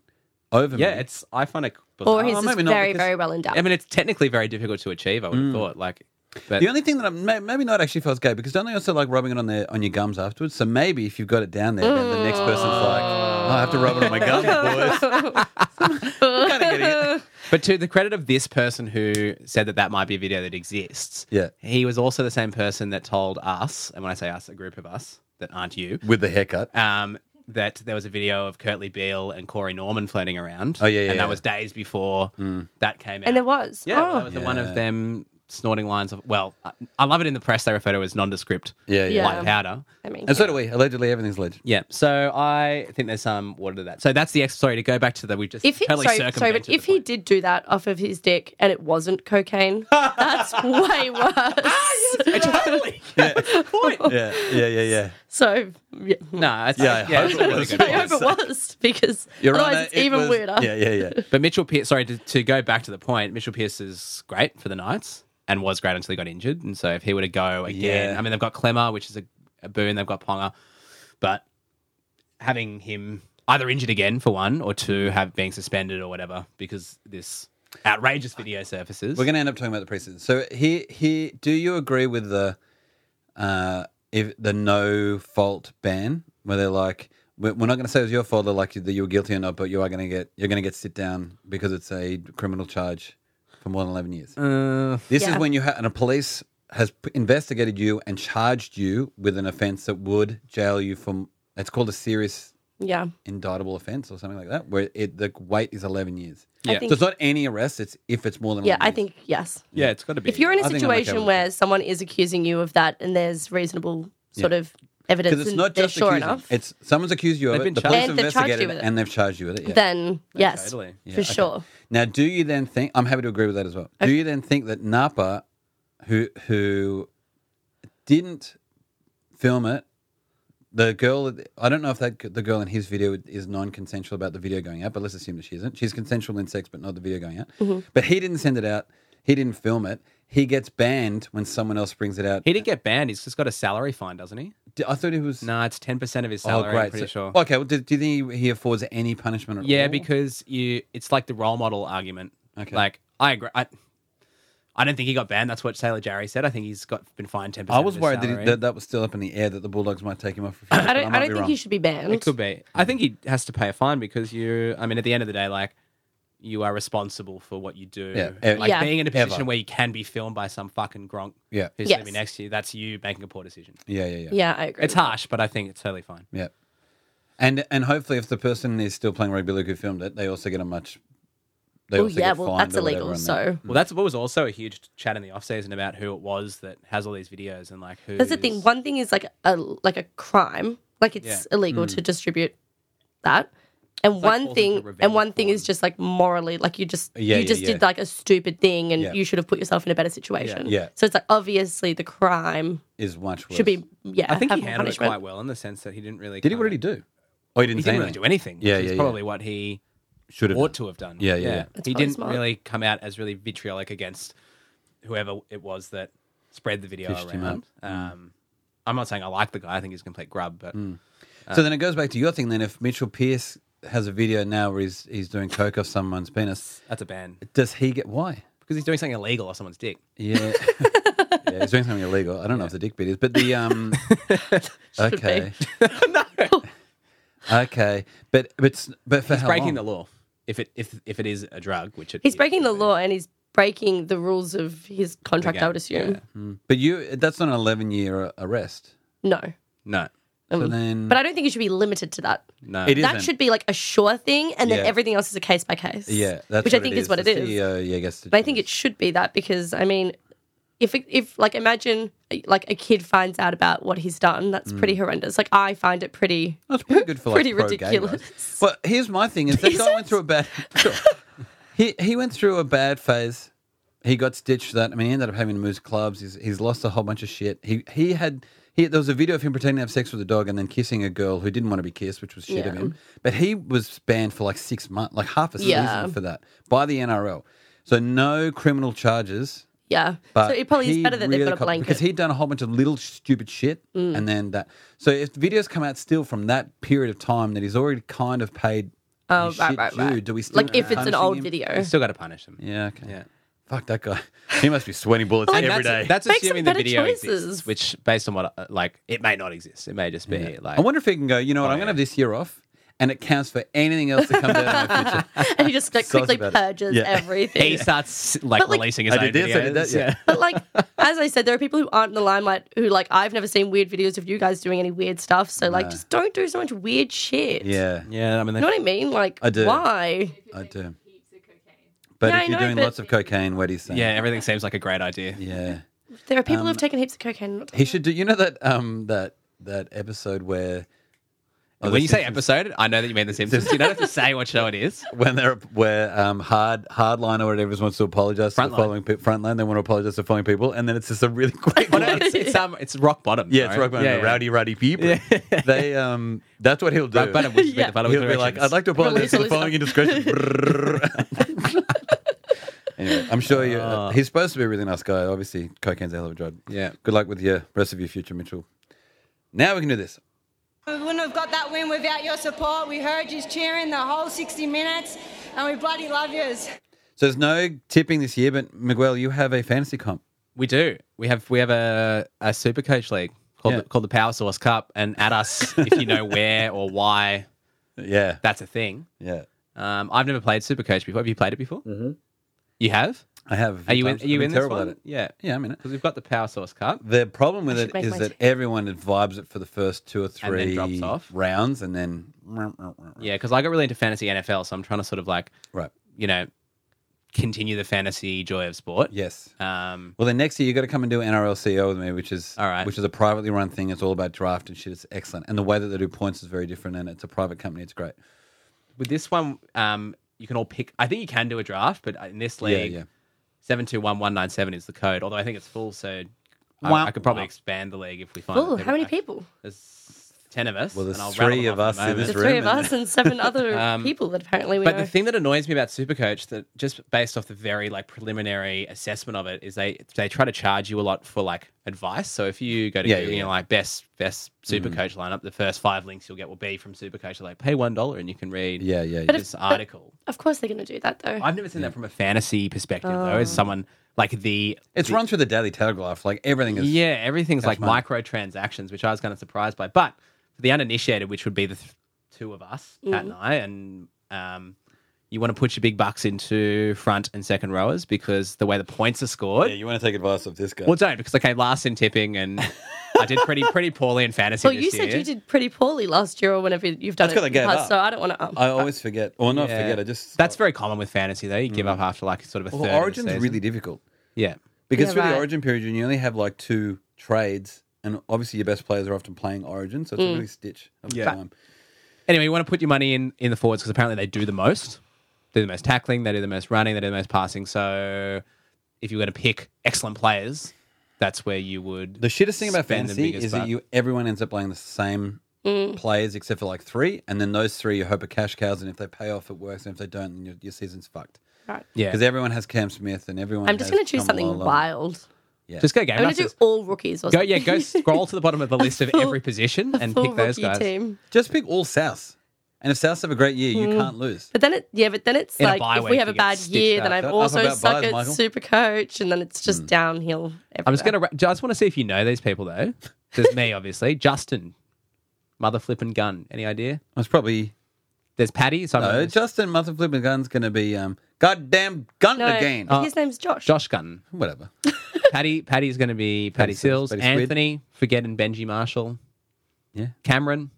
S1: over me.
S3: Yeah, it's I find it.
S2: or
S3: Bizarre.
S2: he's
S1: Oh,
S2: just
S1: maybe not,
S2: very,
S1: because-
S2: very well endowed.
S3: I mean, it's technically very difficult to achieve. I would have thought, like, but
S1: The only thing that I'm may- maybe not actually feels gay because don't they also like rubbing it on their on your gums afterwards? So maybe if you've got it down there, then the next person's like, oh, I have to rub it on my gums, boys. Gotta get it.
S3: but to the credit of this person who said that that might be a video that exists,
S1: Yeah.
S3: he was also the same person that told us, and when I say us, a group of us that aren't you,
S1: With the haircut.
S3: um, that there was a video of Curtly Beale and Corey Norman floating around.
S1: Oh, yeah, yeah,
S3: and
S1: yeah.
S3: that was days before that came out.
S2: and there was.
S3: Yeah,
S2: Oh.
S3: that was the one
S1: Yeah.
S3: of them snorting lines of. Well, I, I love it in the press. They refer to it as nondescript
S1: Yeah, yeah.
S2: Yeah.
S3: white powder.
S2: I mean,
S1: And so do we. Allegedly, everything's legend.
S3: Yeah, so I think there's some water to that. So that's the ex. Sorry to go back to that. We just
S2: if he,
S3: totally
S2: sorry, sorry,
S3: circumvented.
S2: but if he
S3: the point.
S2: did do that off of his dick and it wasn't cocaine, that's way
S3: Ah,
S2: worse.
S3: totally. point.
S1: Yeah, yeah, yeah, yeah.
S2: so, yeah.
S3: No, that's,
S1: Yeah, I
S3: yeah,
S1: hope
S3: that's
S1: it
S3: a really
S1: was.
S3: good
S2: I
S3: point.
S2: hope it was because
S1: Your
S2: otherwise
S1: Honor,
S2: it's
S1: it
S2: even
S1: was-
S2: weirder.
S1: Yeah, yeah, yeah.
S3: But Mitchell Pierce, sorry to, to go back to the point. Mitchell Pierce is great for the Knights and was great until he got injured. And so if he were to go again,
S1: Yeah.
S3: I mean they've got Clemmer, which is a, a boon. They've got Ponga, but having him either injured again for one or two, have being suspended or whatever because this outrageous video surfaces.
S1: We're going to end up talking about the preseason. So here, here, do you agree with the uh, if the no fault ban, where they're like, we're we're not going to say it was your fault, they're like that you were guilty or not, but you are going to get you're going to get sit down because it's a criminal charge for more than eleven years.
S3: Uh,
S1: this is
S2: Yeah.
S1: when you ha- and a police has p- investigated you and charged you with an offence that would jail you from. It's called a serious
S2: Yeah.
S1: indictable offence or something like that, where it the weight is eleven years.
S3: Yeah.
S2: I think,
S1: So it's not any arrest; it's if it's more than
S2: yeah,
S1: 11
S2: I
S1: years.
S2: think yes.
S3: yeah, it's got to be.
S2: If you're in
S1: I
S2: a
S1: think I'm okay
S2: situation
S1: with
S2: where someone is accusing you of that and there's reasonable sort of evidence
S1: because it's
S2: and
S1: not
S2: they're
S1: just
S2: sure
S1: accusing.
S2: enough,
S1: It's someone's accused you of
S3: They've
S1: it.
S3: been
S1: The
S3: charged.
S1: police have
S2: And they've charged
S1: investigated
S2: you
S1: it,
S2: with it.
S1: and they've charged you with it. Yeah.
S2: then yes,
S3: totally.
S1: Yeah,
S2: for
S1: okay.
S2: sure.
S1: Now, do you then think? I'm happy to agree with that as well. Do you then think that Napa, who who didn't film it, the girl? I don't know if that the girl in his video is non-consensual about the video going out, but let's assume that she isn't. She's consensual in sex, but not the video going out.
S2: Mm-hmm.
S1: But he didn't send it out. He didn't film it. He gets banned when someone else brings it out.
S3: He didn't get banned. He's just got a salary fine, doesn't he?
S1: I thought he was.
S3: No, it's ten percent of his
S1: Oh,
S3: salary.
S1: great.
S3: I'm pretty
S1: So-
S3: sure.
S1: Okay. Well, do, do you think he he affords any punishment at all?
S3: Yeah, because you it's like the role model argument.
S1: Okay.
S3: Like I agree. I, I don't think he got banned. That's what Sailor Jerry said. I think he's got been fined ten percent.
S1: I was worried that, he, that that was still up in the air that the Bulldogs might take him off. For
S2: I don't, I don't think he should be banned.
S3: it could be. I think he has to pay a fine because you. I mean, at the end of the day, like you are responsible for what you do.
S1: Yeah, ev-
S3: like
S2: Yeah.
S3: being in a
S1: Ever.
S3: position where you can be filmed by some fucking gronk
S1: Yeah.
S3: who's
S2: Yes.
S3: going to be next to you. That's you making a poor decision.
S1: Yeah, yeah, yeah, yeah,
S2: Yeah, I agree.
S3: It's harsh, but I think it's totally fine.
S1: And and hopefully, if the person is still playing rugby league who filmed it, they also get a much. They
S2: Well,
S1: also
S2: Oh, yeah,
S1: get
S2: well,
S1: fined
S2: that's
S1: or whatever
S2: illegal.
S1: on that.
S2: So
S3: Well, that's what was also a huge chat in the off season about who it was that has all these videos and like who.
S2: that's the thing. One thing is like a like a crime, Like it's
S3: Yeah.
S2: illegal
S1: Mm.
S2: to distribute that. And
S3: like
S2: one
S3: falls into
S2: thing,
S3: revenge
S2: and one thing is
S3: porn.
S2: just like morally, like you just
S1: Yeah,
S2: you
S1: yeah,
S2: just did
S1: yeah.
S2: like a stupid thing, and
S1: Yeah.
S2: you should have put yourself in a better situation.
S1: yeah.
S2: So it's like obviously the crime
S1: Is much worse.
S2: should be yeah.
S3: I think
S2: have
S3: he
S2: more
S3: handled it
S2: punishment.
S3: quite well in the sense that he didn't really.
S1: Did he?
S3: kinda-
S1: What did he do? Oh, he didn't
S3: He
S1: say
S3: didn't really
S1: anything.
S3: do anything.
S1: Yeah,
S3: which
S1: yeah,
S3: is
S1: yeah.
S3: probably what he
S1: Should have.
S3: ought to have done.
S1: Yeah, yeah, yeah.
S2: That's probably
S3: He didn't
S2: smart.
S3: really come out as really vitriolic against whoever it was that spread the video
S1: Fished him Mm.
S3: around. Um, I'm not saying I like the guy. I think he's a complete grub, but
S1: So then it goes back to your thing. Then if Mitchell Pearce has a video now where he's he's doing coke off someone's penis,
S3: that's a ban
S1: does he get why?
S3: because he's doing something illegal or someone's dick.
S1: Yeah. yeah, he's doing something illegal. I don't know if the dick bit is, but the um. okay. Okay, but but it's- but for
S3: He's
S1: how
S3: breaking
S1: long?
S3: the law. If it if if it is a drug, which it
S2: He's
S3: is.
S2: breaking the law and he's breaking the rules of his contract. I would assume
S3: Yeah.
S1: But you that's not an eleven year arrest.
S2: no.
S3: No,
S1: So then,
S2: Oh, But I don't think it should be limited to that.
S3: no.
S1: It is- Mm.
S2: That
S1: Isn't.
S2: should be like a sure thing, and then
S1: Yeah.
S2: everything else is a case by case.
S1: yeah, that's
S2: which I
S1: it
S2: think is what it
S1: The
S2: is.
S1: CEO, yeah, gets to
S2: But I think it should be that because I mean, if it, if like imagine like a kid finds out about what he's done, that's
S1: Mm.
S2: pretty horrendous. Like I find it pretty.
S1: That's pretty good for like
S2: Pretty
S1: pro-gay guys.
S2: ridiculous.
S1: Well, here's my thing: is that
S2: Is
S1: guy
S2: it?
S1: went through a bad. Sure. he he went through a bad phase. He got stitched. That I mean, he ended up having to move clubs. He's he's lost a whole bunch of shit. He he had. He, there was a video of him pretending to have sex with a dog and then kissing a girl who didn't want to be kissed, which was shit of
S2: Yeah.
S1: him. But he was banned for like six months, like half a season
S2: Yeah.
S1: for that by the NRL. So no criminal charges.
S2: Yeah.
S1: But
S2: so it probably
S1: he
S2: is better that
S1: really
S2: they've got a
S1: co-
S2: blanket. Mm.
S1: because he'd done a whole bunch of little stupid shit, and then that. So if videos come out still from that period of time that he's already kind of paid,
S2: Oh,
S1: his
S2: right,
S1: shit
S2: right, right.
S1: due, Do we still
S2: like if it's an
S1: punishing
S2: old
S1: him?
S2: video.
S3: You still got to punish him.
S1: Yeah. Okay.
S3: Yeah.
S1: Fuck that guy. He must be sweating bullets
S2: Like,
S1: every
S3: that's,
S1: day.
S3: That's
S2: Make some
S3: assuming the
S2: better
S3: video
S2: choices.
S3: exists, which based on what uh, like it may not exist. It may just be like
S1: I wonder if he can go. You know what? I'm going to
S3: yeah.
S1: have this year off, and it counts for anything else that comes out in my future.
S2: and he just like
S1: Sauce
S2: quickly
S1: about it.
S2: purges
S1: Yeah.
S2: everything.
S3: he starts like
S2: But, like-
S3: releasing his
S1: I
S3: own
S1: did this, I did
S3: videos.
S1: that, yeah.
S2: But like, as I said, there are people who aren't in the limelight who like I've never seen weird videos of you guys doing any weird stuff. So like, just don't do so much weird shit.
S1: Yeah,
S3: Yeah, I mean,
S2: You
S3: they
S2: know what I mean? Like,
S1: I do.
S2: why?
S1: I do. But
S2: Yeah, I
S1: if you're
S2: know,
S1: doing
S2: but-
S1: lots of cocaine, what do you say?
S3: yeah, everything seems like a great idea.
S1: Yeah.
S2: There are people
S1: Um,
S2: who have taken heaps of cocaine. and not
S1: He should do. You know that um that that episode where. oh,
S3: when
S1: the
S3: you say
S1: Simpsons-
S3: episode, I know that you mean The Simpsons. you don't have to say what show it is.
S1: when they're where um, hard hardline or whatever wants to apologize to the
S3: Frontline.
S1: following pe- frontline, they want to apologize to the following people, and then it's just a really quick.
S3: Oh, no, it's, it's, um, it's Rock Bottom.
S1: yeah, it's
S3: sorry.
S1: rock bottom,
S3: Yeah,
S1: the
S3: yeah.
S1: rowdy rowdy people. They um, that's what he'll do.
S3: Rock Bottom, which is
S2: Yeah.
S3: the following
S1: He'll be like, I'd
S3: directions.
S1: like to apologize
S2: Release
S1: for the
S2: all
S1: following indiscretion. anyway, I'm sure you. Uh, he's supposed to be a really nice guy. Obviously, cocaine's a hell of a drug.
S3: Ah. Yeah.
S1: Good luck with your rest of your future, Mitchell. Now we can do this.
S5: We wouldn't have got that win without your support. We heard you cheering the whole 60 minutes, and we bloody love yous.
S1: So there's no tipping this year, but Miguel, you have a fantasy comp.
S3: We do. We have we have a, a super coach league called
S1: Yeah.
S3: the, called the Power Source Cup, and at us if you know where or why
S1: Yeah.
S3: that's a thing.
S1: Yeah.
S3: Um, I've never played super coach before. Have you played it before? Mm-hmm. You have.
S1: I have. a few
S3: Are you in,
S1: times.
S3: are you
S1: I've been
S3: in this
S1: terrible
S3: one?
S1: at it.
S3: Yeah,
S1: Yeah, I'm in it.
S3: Because we've got the Power Source Cup.
S1: The problem with
S2: should
S1: it
S2: make
S1: is
S2: my
S1: that
S2: tip.
S1: everyone vibes it for the first two or
S3: And then
S1: three
S3: drops off.
S1: rounds, and then
S3: Yeah, because I got really into fantasy NFL, so I'm trying to sort of like
S1: right,
S3: you know continue the fantasy joy of sport.
S1: yes.
S3: Um,
S1: Well, then next year you got to come and do NRLCO with me, which is
S3: All right.
S1: which is a privately run thing. It's all about draft and shit. It's excellent, and the way that they do points is very different. And it's a private company. It's great.
S3: with this one, um, you can all pick. I think you can do a draft, but in this league,
S1: yeah.
S3: seven two one one nine seven is the code. Although I think it's full, so I,
S1: Wah,
S3: I could probably
S1: wah.
S3: expand the league if we find.
S2: Oh,
S3: that
S2: how many
S3: I-
S2: people?
S3: There's ten of us.
S1: Well, there's
S3: and I'll rattle
S1: three
S3: them
S1: of
S3: off
S1: us
S3: a
S1: in this
S2: The
S3: moment.
S2: three
S1: room
S2: of
S1: and-
S2: us and seven other people that apparently we
S3: Um, But
S2: know.
S3: the thing that annoys me about Supercoach that just based off the very like preliminary assessment of it is they they try to charge you a lot for like advice. So if you go to
S1: Yeah,
S3: Google
S1: yeah, Mm.
S3: and you're
S1: yeah.
S3: like best best Supercoach lineup, the first five links you'll get will be from Supercoach. Like pay one dollar and you can read
S1: Yeah, yeah, yeah.
S3: this article.
S2: of course, they're going to do that though.
S3: I've never seen that from a fantasy perspective though. As someone like the
S1: It's run through the Daily Telegraph. Like everything is.
S3: yeah, everything's like
S1: money.
S3: microtransactions, which I was kind of surprised by. But for the uninitiated, which would be the th- two of us,
S2: Mm-hmm.
S3: Pat and I, and um, you want to put your big bucks into front and second rowers because the way the points are scored.
S1: you want to take advice of this guy?
S3: well, don't because I came last in tipping and I did pretty pretty poorly in fantasy.
S2: well,
S3: this
S2: you said
S3: year.
S2: you did pretty poorly last year or whenever you've done
S1: That's 'cause
S2: it.
S1: I
S2: in the
S1: gave
S2: past,
S1: up.
S2: So I don't want to. Um,
S1: I always forget. Well, not
S3: Yeah.
S1: Oh, forget. I just Mm.
S3: That's very common with fantasy though. You give up after like sort of a
S1: well,
S3: third. of the
S1: Origin's
S3: season.
S1: really difficult.
S3: yeah.
S1: Because
S2: Yeah,
S1: through the
S2: right.
S1: origin period, you only have like two trades and obviously your best players are often playing Origin, so it's
S2: Mm.
S1: a really stitch of the
S3: Yeah.
S1: time.
S3: Anyway, you want to put your money in in the forwards because apparently they do the most. They do the most tackling, they do the most running, they do the most passing. So if you were to pick excellent players, that's where you would.
S1: The shittest thing about
S3: spend the
S1: fantasy
S3: biggest
S1: is that
S3: buck.
S1: you everyone ends up playing the same
S2: Mm.
S1: players except for like three, and then those three you hope are cash cows, and if they pay off, it works, and if they don't, then your, your season's fucked.
S2: Right.
S3: yeah.
S1: Because everyone has Cam Smith, and everyone.
S2: I'm just
S1: has
S2: going to choose something
S1: Tamalolo.
S2: wild.
S3: Just go game.
S2: I'm going to do
S3: Masters.
S2: all rookies or
S3: Go,
S2: something.
S3: yeah, go scroll to the bottom of the list of
S2: full-
S3: every position and
S2: Full
S3: pick those
S2: rookie
S3: guys.
S2: Team.
S1: Just pick all Souths, and if Souths have a great year, you
S2: Mm.
S1: can't lose.
S2: But then it, yeah, but then it's
S3: In a
S2: like
S3: bye
S2: if we
S3: week,
S2: have
S3: you
S2: a
S3: get
S2: bad
S3: stitched
S2: year,
S3: up.
S2: then I'm
S1: That-
S2: also
S1: alphabet
S2: suck
S1: buys,
S2: at
S1: Michael.
S2: super coach, and then it's just downhill. Everywhere.
S3: Hmm. I'm just going to. I just want to see if you know these people, though. There's me, obviously. Justin, mother flipping gun. Any idea?
S1: It's probably
S3: There's Patty. So I'm
S1: no.
S3: not-
S1: Justin Mother Flipping Gun's going to be um, goddamn gun
S2: no,
S1: again.
S3: Uh.
S2: his name's Josh.
S3: Josh Gunn.
S1: Whatever.
S3: Patty Patty's going to be Patty,
S1: Patty
S3: Sills,
S1: Sills, Patty Squid.
S3: Anthony, Forget and Benji Marshall,
S1: Yeah.
S3: Cameron,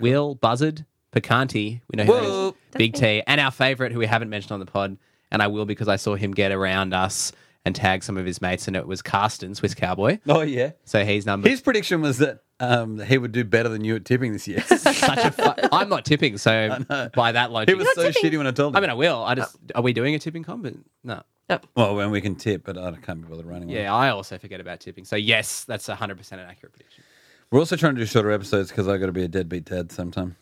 S3: Will, Buzzard, Picanti. We know who that is.
S1: Whoa.
S3: Big T, and our favorite, who we haven't mentioned on the pod, and I will because I saw him get around us and tag some of his mates, and it was Carsten, Swiss Cowboy.
S1: Oh yeah.
S3: So he's number.
S1: His prediction was that um, he would do better than you at tipping this year.
S3: such a fu- I'm not tipping, so by that
S1: he
S3: logic,
S1: was so Uh, shitty when I told him.
S3: I mean, I will. I just are we doing a tipping comp? No.
S1: well, when we can tip, but I can't remember the running. one.
S3: Yeah, I also forget about tipping. So yes, that's hundred percent an accurate prediction.
S1: We're also trying to do shorter episodes because I got to be a deadbeat dad sometime.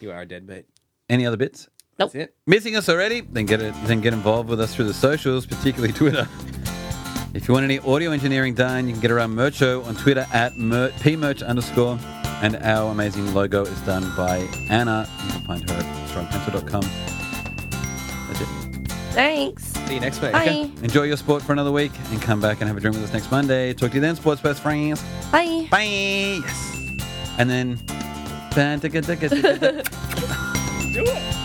S3: You are a deadbeat.
S1: Any other bits?
S2: Nope.
S3: That's it.
S1: Missing us already? Then get it. Then get involved with us through the socials, particularly Twitter. If you want any audio engineering done, you can get around Mercho on Twitter at mer- pmerch underscore. And our amazing logo is done by Anna. You can find her at strongpencil.com. That's it.
S2: Thanks.
S3: See you next week.
S2: Bye.
S1: Enjoy your sport for another week and come back and have a drink with us next Monday. Talk to you then, sports best friends.
S2: Bye.
S1: Bye. Yes. And then.
S3: Do it.